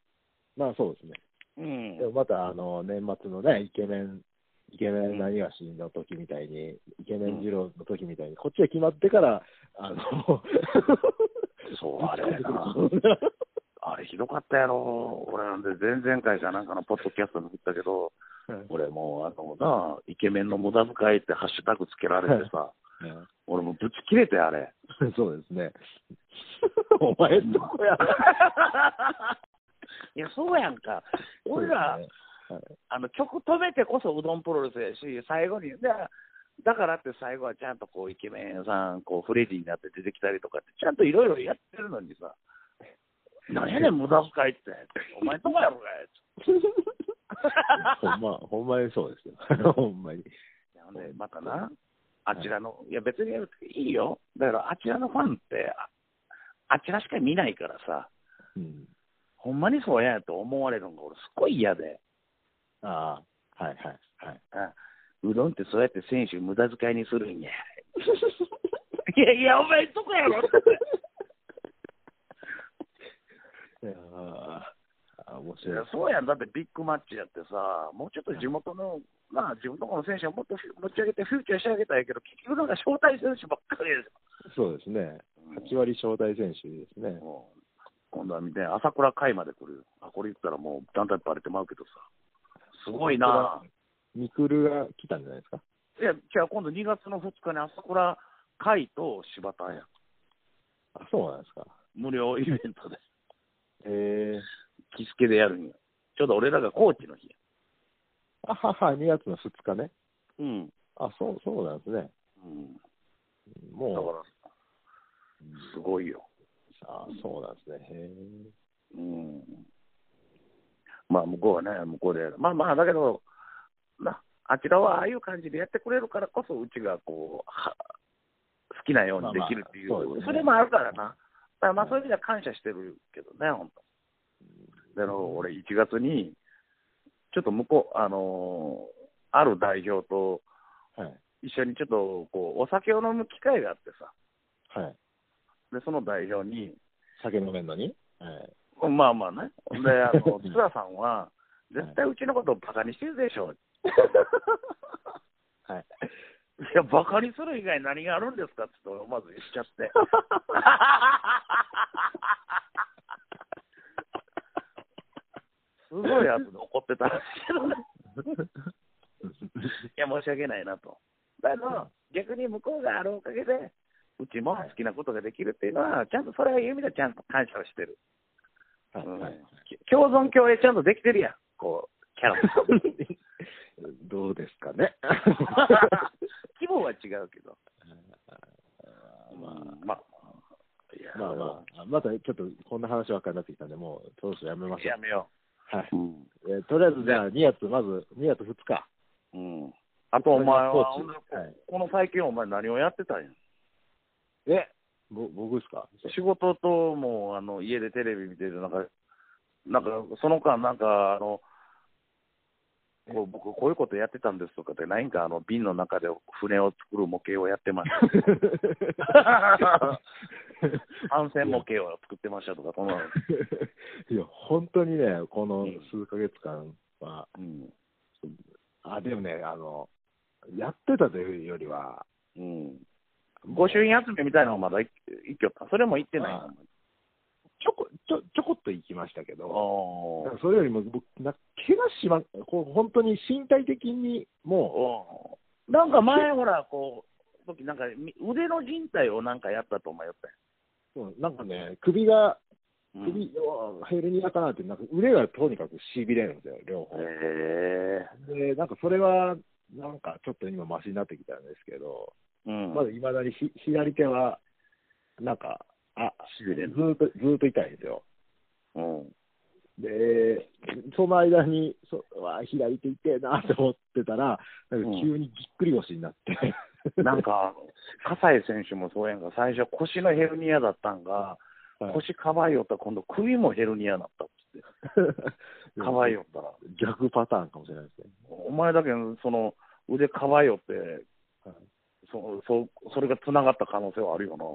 まあそうですね。うんで。もまたあの年末のね、イケメン、イケメン何がしの時みたいに、イケメン二郎の時みたいに、こっちが決まってから、あの、 <laughs> そう、あれな。あれひどかったやろ。俺なんで前々回かなんかのポッドキャストに言ったけど、 <laughs> 俺もうあのな、イケメンの無駄遣いってハッシュタグつけられてさ、俺もうぶち切れて、あれ。そうですね。お前んとこや。 <laughs> いや、そうやんか。俺ら、そうですね、あの曲止めてこそうどんプロレスやし、最後に、でだからって最後はちゃんとこうイケメンさん、こうフレディになって出てきたりとかって、ちゃんといろいろやってるのにさ、なんやねん、無駄遣いって、お前どこや <laughs> ろかいはいほんま、ほんまにそうで <laughs> すよ。ほんまに。って。ほんで、またな、あちらの、いや別にやるっていいよ、だからあちらのファンって、ああちらしか見ないからさ、うん、ほんまにそうやと思われるのが俺、すっごい嫌で。ああ、はいはいはい。うんうどんってそうやって選手無駄遣いにする <laughs> んや。いやいや、お前どこやろって。いやーあー面いや白い。そうやん、だってビッグマッチやってさ、もうちょっと地元の、まあ、自分とこの選手をもっと持ち上げて、フューチャーしてあげたいけど、結局なんか招待選手ばっかりやそうですね。8割招待選手ですね。もう今度は見て、朝倉海まで来るよ。あ、これ言ったらもう団体バレてまうけどさ。すごいなミクルが来たんじゃないですか。いや、違う、今度2月の2日に朝倉海と柴田や。あ、そうなんですか。無料イベントで。えー、キスケでやるんや。ちょうど俺らがコーチの日や。あはは、2月の2日ね。うん。あ、そう、そうなんですね。うん、だからも、すごいよ。う、あそうなんですね。へうん、まあ、向こうはね、向こうでやる。まあまあ、だけど、なあちらはああいう感じでやってくれるからこそ、うちがこうは好きなようにできるっていう、まあまそあそうですねれもあるからな。だからまあ、そういう意味では感謝してるけどね、本当。だから俺、1月に、ちょっと向こう、あのーある代表とえ。はい。一緒にちょっとこうお酒を飲む機会があってさ、はい。でその代表に、酒飲めんのにはい。まあまあね。で、あ <laughs> の、津田さんは、絶対うちのことをバカにしてるでしょ。はい。いや、バカにする以外何があるんですかって言って、まず言っちゃ <laughs> って。すごいやつで怒ってたらしいけどね。いや、申し訳ないなと。だけど、逆に向こうがあるおかげで、うちも好きなことができるっていうのは、ちゃんとそれは由美がちゃんと感謝をしてる。はい。うんはい。共存共栄ちゃんとできてるやん、こう、キャ <laughs> ラも。どうですか <laughs> ね。規模は違うけど。ままあ、いやあ、まあまあ、またちょっとこんな話ばっかりになってきたんで、もうそろそろやめましょやめよう。はい。う。うん。えーとりあえずじゃあ2月、まず2月2日。うん、あと、お前は、コーチほんではいこの最近、お前何をやってたんやえぼ僕ですか仕事と、もう、あの、家でテレビ見てる、なんか、なんか、その間、なんか、あの、こう僕、こういうことやってたんですとかって、ないんか、あの、瓶の中で船を作る模型をやって <laughs> ました。反戦模型を作ってましたとか、そんなの。いや、本当にね、このうん数ヶ月間は、うん。あ、でもね、あの、やってたというよりは、うん。御朱印集めみたいなのまだ行行きよった。それも行ってないあちょこ、ちょ、ちょこっと行きましたけあど、おそれよりも、僕、な怪我しま、こう本当に身体的に、もおなんか前、ほら、こう、時なんかみ腕の靭帯をなんかやったと思ったよ。う、うんなんかね、首が、うん首、うわヘルニアかなって、なんか腕がとにかくしびれるんですよ、両方。へで、なんかそれは、なんかちょっと今、マシになってきたんですけど、え。うん。まだいまだにひ左手は、なんか、あしびれずる。ーっと、ずーっと痛いんですよ。うん。で、その間に、そうわー左手痛えなと思ってたら、なんか急にぎっくり腰になって、なんか、葛西選手もそうやんか、最初腰のヘルニアだったんが、 <laughs> はい腰かばいよったら今度首もヘルニアになったっつって、かばいよったら。逆パターンかもしれないですね。お前だけその腕かばいよって、はいそそそれがつながった可能性はあるよな。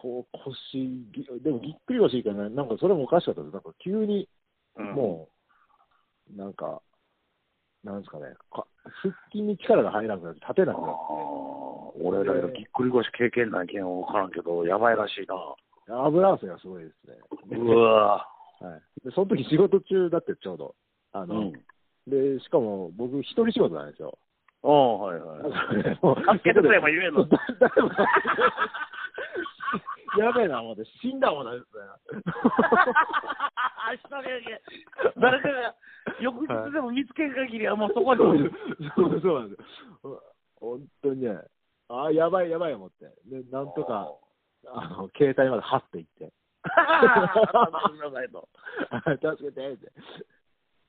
こう腰ぎ、でもぎっくり腰いいからね、なんかそれもおかしかったです。なんか急に、もう、なんか、なんですかね、か腹筋に力が入らなくなって、立てうなくん、なって。あー俺らよりぎっくり腰経験ないけん分からんけど、やばいらしいな。油汗がすごいですね。うわはい、でその時仕事中だってちょうど。あぁ。の、でしかも僕、一人仕事なんですよ。ああ、はいはい。800くらいも言えん <laughs> の誰もやべえな、もうで死んだもんだよ。明日の夜誰かが翌日でも見つける限りはもうそこにおる。そうそうなんですよ。本当にね、ああ、やばいやばい思って。で、なんとか、あの、携帯まではっていって。頭の中へと。助けてって。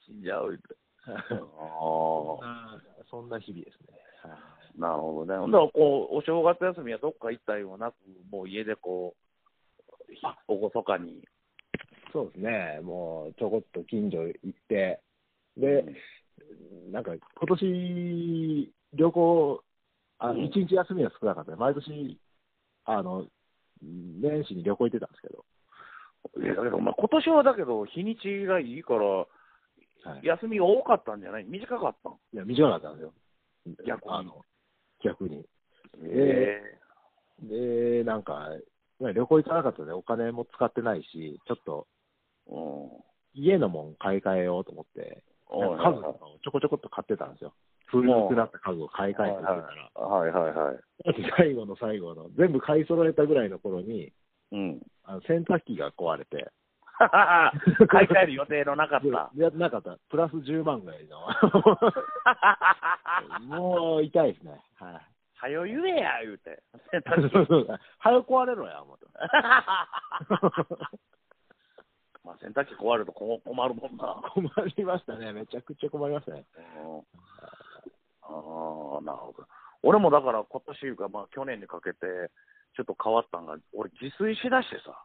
死んじゃうって。ああ、そんな日々ですね。なるほどね。ほんならこう、お正月休みはどっか行ったりもなく、もう家でこう、ひおごそかに。そうですね、もうちょこっと近所行って、で、なんか今年旅行、あうん一日休みが少なかったね、毎年あの、年始に旅行行ってたんですけど、いやだけど、まあ、今年はだけど、日にちがいいから、はい、休み多かったんじゃない短かったんいや短かったんですよ、逆にあの逆に。えで、なんか、まあ旅行行かなかったので、お金も使ってないし、ちょっとえうん。家のもん買い替えようと思って、おなんいか家具とかをちょこちょこっと買ってたんですよ、古くなった家具を買い替えてたら。はいはいはい。 <laughs> 最後の最後の、全部買い揃えたぐらいの頃に、 <laughs> うん。あの洗濯機が壊れて、買い替える予定のなか <laughs> った。でやなかった、プラス10万ぐらい <laughs> の、もう痛いですね、ははい。よ言えや、言う <laughs> て。早く壊れろや、思うと。 <laughs> まあ、洗濯機壊れるとこ困るもんな。困りましたね、めちゃくちゃ困りましたね。うんああ、なるほど。俺もだから今年が、まあ、去年にかけて、ちょっと変わったんが、俺自炊しだしてさ、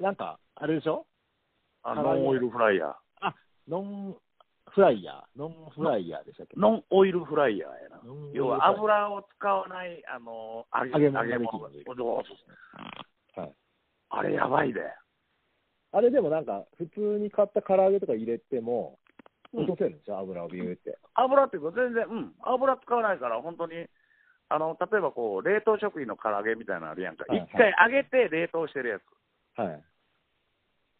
なんか、あれでしょああノンオイルフライヤー。ノンフライヤー、ノンフライヤーでしたっけノンオイルフライヤーやなノンオイルフライ。ヤー要は油を使わない、あの、揚げ揚げ物揚げが物できるそうそうはい、あれやばいで。あれでもなんか、普通に買った唐揚げとか入れても、うん落とせるんですよ、油をビューって。油っていうか全然、うん、油使わないから、本当に、あの、例えばこう、冷凍食品の唐揚げみたいなのあるやんか。はいはい一回揚げて冷凍してるやはい。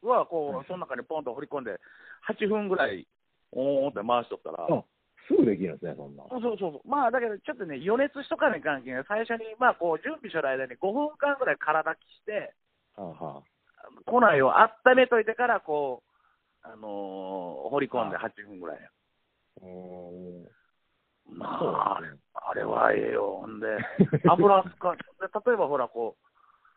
つは、こう、はいその中にポンと放り込んで、8分ぐらい、おーんって回しとったら、うんすぐできるんですね、そんな。そうそうそう。まあ、だけど、ちょっとね、余熱しとかない関係最初に、まあ、こう、準備してる間に5分間ぐらい空炊きして、はあはあ庫内を温めといてから、こう、あのー掘り込んでは8分ぐらいや。うーんまそうあ、なあんれですねあれはええよ。ほんで、 <laughs> 油使う。で例えばほら、こう、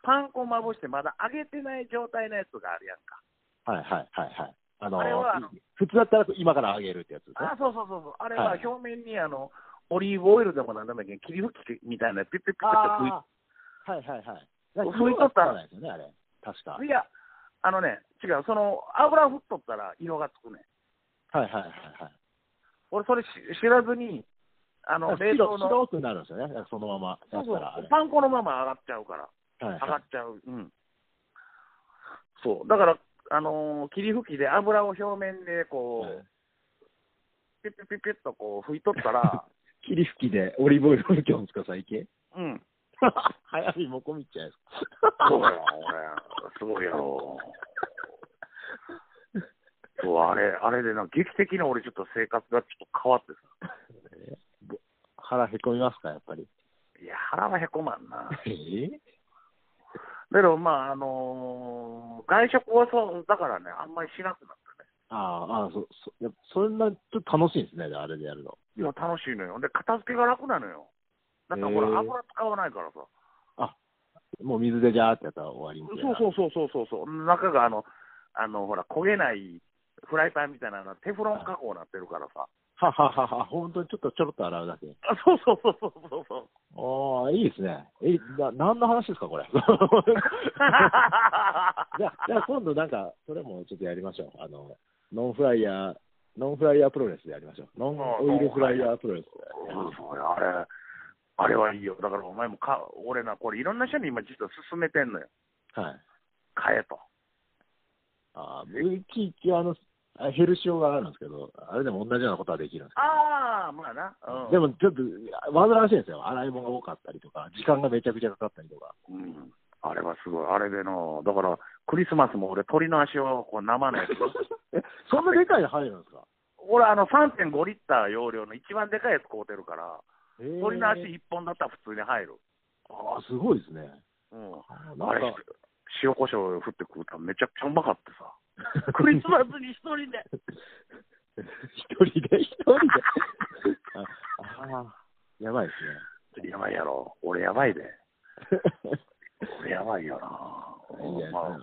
パン粉まぶしてまだ揚げてない状態のやつがあるやんか。はいはいはいはい。あのあれはあの普通だったら今から揚げるってやつですねあ、そうそうそうそう。あれははい表面に、あの、オリーブオイルでもなんでもいいけど、霧吹きみたいなやつピッピッピッって拭いあーはいはいはい。そう拭いとったらないですよね、あれ。確か。はて。いいや、あのね、違う、その、油振っとったら色がつくねん。はいはいはい。俺、それし知らずに、あの、冷凍の、白白くなるんですよね、だからそのままやそうっそたらあうれ。パン粉のまま上がっちゃうから。はい上がはっちゃう、うん、そう、だから、あのー霧吹きで油を表面でこう、いはい。ピュッピュッピュッピュッとこう拭いとった <laughs> ら、霧吹きでオリーブオイル拭きょんですか、最 <laughs> 近。うん、早見もこみっちゃないですそうや、俺、すごいやろ。そうあれあれでな劇的に俺ちょっと生活がちょっと変わってさか。腹へこみますか、やっぱり。いや腹はへこまんなえーだけどまああのー外食はそうだからねあんまりしなくなったねあーあー、そ、そ、やっぱそんな、ちょっと楽しいんですね、あれでやるの。いや楽しいのよで片付けが楽なのよだからほへえら油使わないからさもう水でジャーってやったら終わりみたいそうな。そうそうそうそうそう、中があの、あのほら、焦げないフライパンみたいなのがテフロン加工になってるからさ、はははは、本当にちょっとちょろっと洗うだけ。あそうそうそうそうそうそう、ああ、いいですね。え、な、何の話です <laughs> か、これ。 <laughs> じゃあ、じゃあ今度なんか、それもちょっとやりましょう。あの、ノンフライヤー、ノンフライヤープロレスでやりましょう。ノンオイルフライヤープロレそス。うそうあれ、あれはいいよ、だからお前もか、俺な、これ、いろんな人に今、実は勧めてんのよ、はい。買えと。ああ、うち一応あの、あヘルシオがあるんですけど、あれでも同じようなことはできるんですああ、まあな、うん、でもちょっと、煩わしいんですよ。洗い物が多かったりとか、時間がめちゃくちゃかかったり <laughs> とか。うん、あれはすごい、あれでの、だから、クリスマスも俺、鳥の足をこう生のやつ、え、そんなでかいの入るんですかこれあの3.5リッター容量の一番でかいやつ買うてるから、えー鳥の足1本だったら普通に入る。ああ、すごいですね。うん。ああなんれか、、 <laughs> 塩コショウ振って食うたらめちゃくちゃうまかったさ。 <laughs> クリスマスに一人で。一人で、 <laughs> 一人で。ああー、やばいでやばいやろ。俺やばいで。すね。俺やばいよな。いや、まあ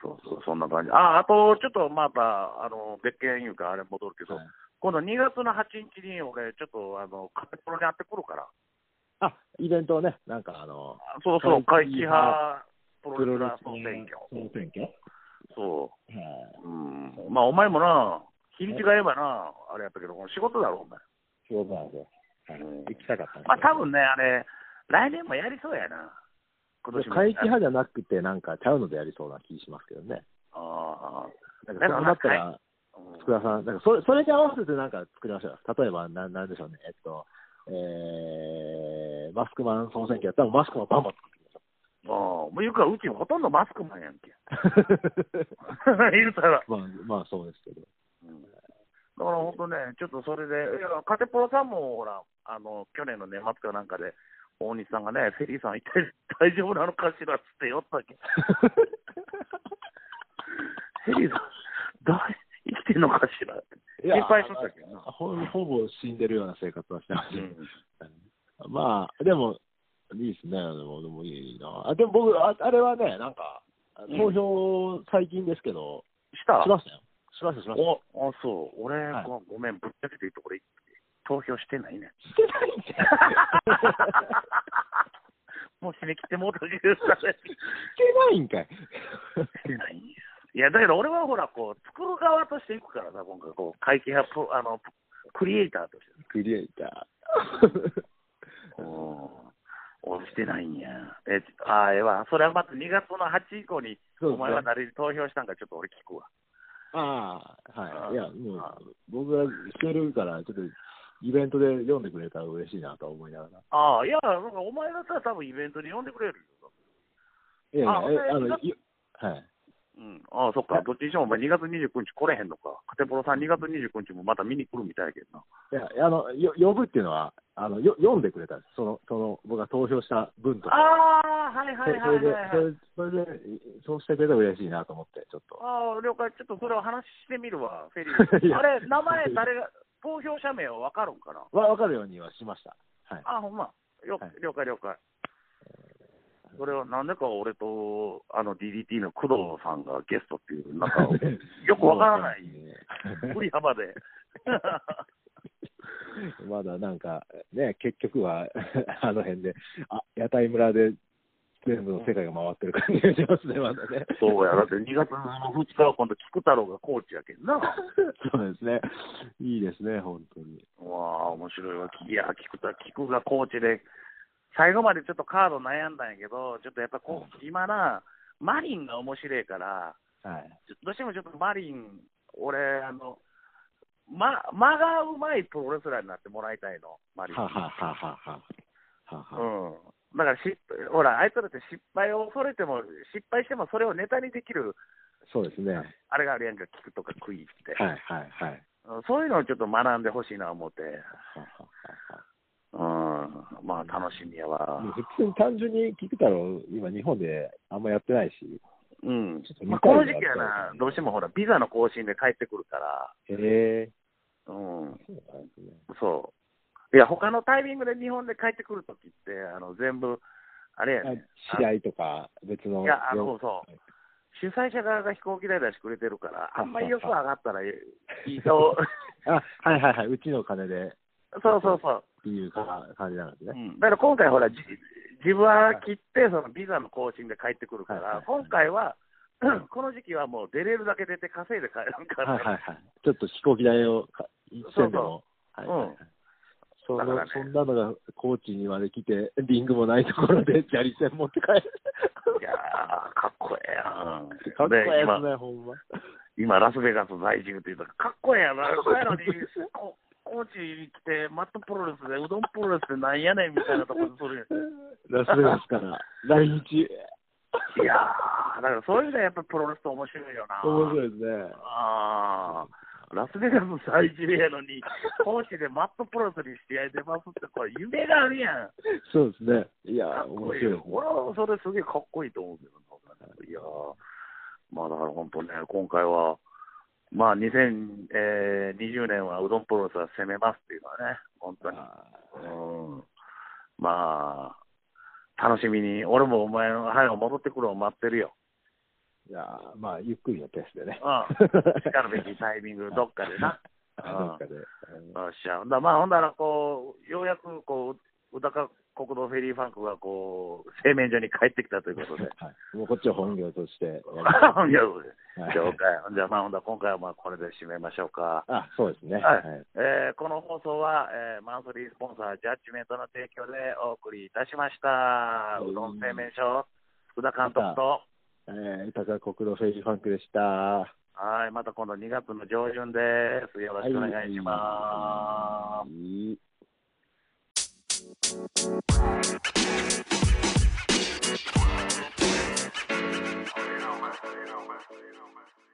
そうそう、そんな感じ。あ、あと、ちょっとまた、あの、別件いうか、あれ戻るけど、はい今度2月の8日に俺、ちょっと、あの、カテプロに会ってくるから。あ、イベントをね、なんかあの、そうそう、会会期期派プロレスラープ総選挙。総選挙そ。はいううん。まあ、お前もな、日にちが合えばな、あれやったけど、仕事だろ、お前。仕事なんですよ。はいうん行きたかったんですまあ、多分ね、あれ、来年もやりそうやな。今年よも。会期派じゃなくて、なんかちゃうのでやりそうな気しますけどね。あなんかそうなったら、あ。うん福田さん、なんかそれそれに合わせてなんか作りましょうよ。例えば、ななんでしょうね、えっと、えー、マスクマン総選挙やったら、マスクマンバンバン作ってみましょう。ああ。もう言うから、うちほとんどマスクマンやんけ。 <laughs> 言うたら。 <laughs> まあ、まあ、そうですけど。うんだから本当ね、ちょっとそれで、いやカテプロさんもほら、あの去年の年末かなんかで、大西さんがね、フェリーさん、一体大丈夫なのかしらっつってよったっ <laughs> け、フェリーさん、大生きてんのかしらって、いや心配しとったけどなほ <laughs> ほぼ死んでるような生活はしてまうす、ん、まあ、でも、いいですね、でも、でもいいな。あでも僕あ、あれはね、なんか、投票、最近ですけど、したしましたよ。しました、しました。おあそう、俺、はいごごめん、ぶっちゃけていいところ、投票してないね。してないんだよもう締め切ってもうというさしてないんかい。してないんやいや、だけど俺はほら、こう、作る側としていくからさ、今回、こう、会計派プロ、あの、クリエイターとして。クリエイタおおしてないんや。え、ああ、ええわ。それはまた2月の8以降に、そうおですね前は誰に投票したんか、ちょっと俺聞くわ。ー。ああ、はあーい。いや、もあう、僕がしてるから、ちょっと、イベントで読んでくれたら嬉しいなと思いながら。ああ、いや、なんかお前だったら多分イベントに呼んでくれるよ。いやいや、あえあの俺、いはい。うん。ああ、そっか。どっちにしてもお前2月29日来れへんのか。カテポロさん2月29日もまた見に来るみたいやけどな。いや、あの、よ呼ぶっていうのは、あの、よ読んでくれたんです。その、その、僕が投票した文とか。ああ、はいそれそれで、それそれで、そうしてくれたら嬉しいなと思って、ちょっと。ああ、了解。ちょっとそれを話してみる <laughs> わ、フェリいー。やあれ、名前誰が、投票者名はわかるんかなわ、わかるようにはしました。はい。あ、ほんま。了はい了解、了解。それはなんでか俺とあの DDT の工藤さんがゲストっていう、 <laughs> なんかよくわからない、振り幅で。まだなんか、ね、結局は、 <laughs> あの辺で、あ、屋台村で、全部の世界が回ってる感じがしますね、まだね。そうや、だって2月の2日は今度、菊太郎がコーチやけんな。わ <laughs> そうですね。いいですね、本当に。あ、面白いわ。いや、菊田、菊がコーチで、最後までちょっとカード悩んだんやけど、ちょっとやっぱこう今な、マリンが面白いから、はい。どうしてもちょっとマリン、俺、あの、ま、間がうまいプロレスラーになってもらいたいの、マリン。ははははは。はは。うん。だからし、ほら、あいつらって失敗を恐れても、失敗してもそれをネタにできる、そうですね。はいあれがあるやんか、聞くとか食いって、はいはい。うんそういうのをちょっと学んでほしいな思って、うん、まあ楽しみやわ。普通に単純に聞くだろう、今、日本であんまやってないし、うんちょっと。見たいなまあ、この時期はな、どうしてもほら、ビザの更新で帰ってくるから、へえ、うん、そうなんですね。そう。いや、他のタイミングで日本で帰ってくるときって、あの、全部、あれやね。試合とか、別いの、や、あの、そうそう。主催者側が飛行機代出してくれてるから、あんまりよく上がったらいいと、 <laughs> あはいはいはい、うちの金でっそうそうそう。ていうか感じなんですうね。ん、だから今回ほら、じ自分は切って、そのビザの更新で帰ってくるかはいはいらはい、今回は、 <clears throat> うんこの時期はもう出れるだけ出て稼いで帰るかはいら、はいはい。ちょっと飛行機代をか一銭でも、はいそうはいはい。そのだからねそんなのがコーチにまで来て、リングもないところで砂利線持って帰る。いやー、かっこええやん。 <laughs> かっこいいでです今、ね、ほんま。今ラスベガス在住って言うと、かっこええやな、そうやのに、こコーチに来て、マットプロレスで、うどんプロレスってなんやねんみたいなところで、それ。ラスベガスから、来日。 <laughs> いやー、だからそういう意味ではやっぱプロレスって面白いよな。面白いですね。ああ、ラスベガス在住やのに、コーチでマットプロスに試合出ますって、これ夢があるやん。そうですね。いやかー、っ面こいい白いよ。。俺はそれすげえかっこいいと思うけどな。いやー、まあだから本当ね、今回は、まあ2020年はうどんプロレスは攻めますっていうのはね、本当に。あうん。まあ、楽しみに、俺もお前の早く戻ってくるのを待ってるよ。ーいやーまあ、ゆっくりのペースでね。うん。しかるべ <laughs> きタイミング、どっかでな。なんかで。よっしゃ。だまあ、ほんなら、こう、ようやく、こう、宇高国道フェリーファンクが、こう、製麺所に帰ってきたということで。 <laughs> はい、もうこっちを本業としてやりいまやす。はい了解。じゃあ、まあ、ほんだら今回は、まあ、これで締めましょうか。あ、そうですね。はいはい。えーこの放送は、えーマンスリースポンサージャッジメントの提供でお送りいたしました。いうどん製麺所、福田監督と、えー、豊川国道フェリーファンクでした。ははい、また今度2月の上旬です。よろしくお願いします。い。 you know, man. You know, man. You know, man.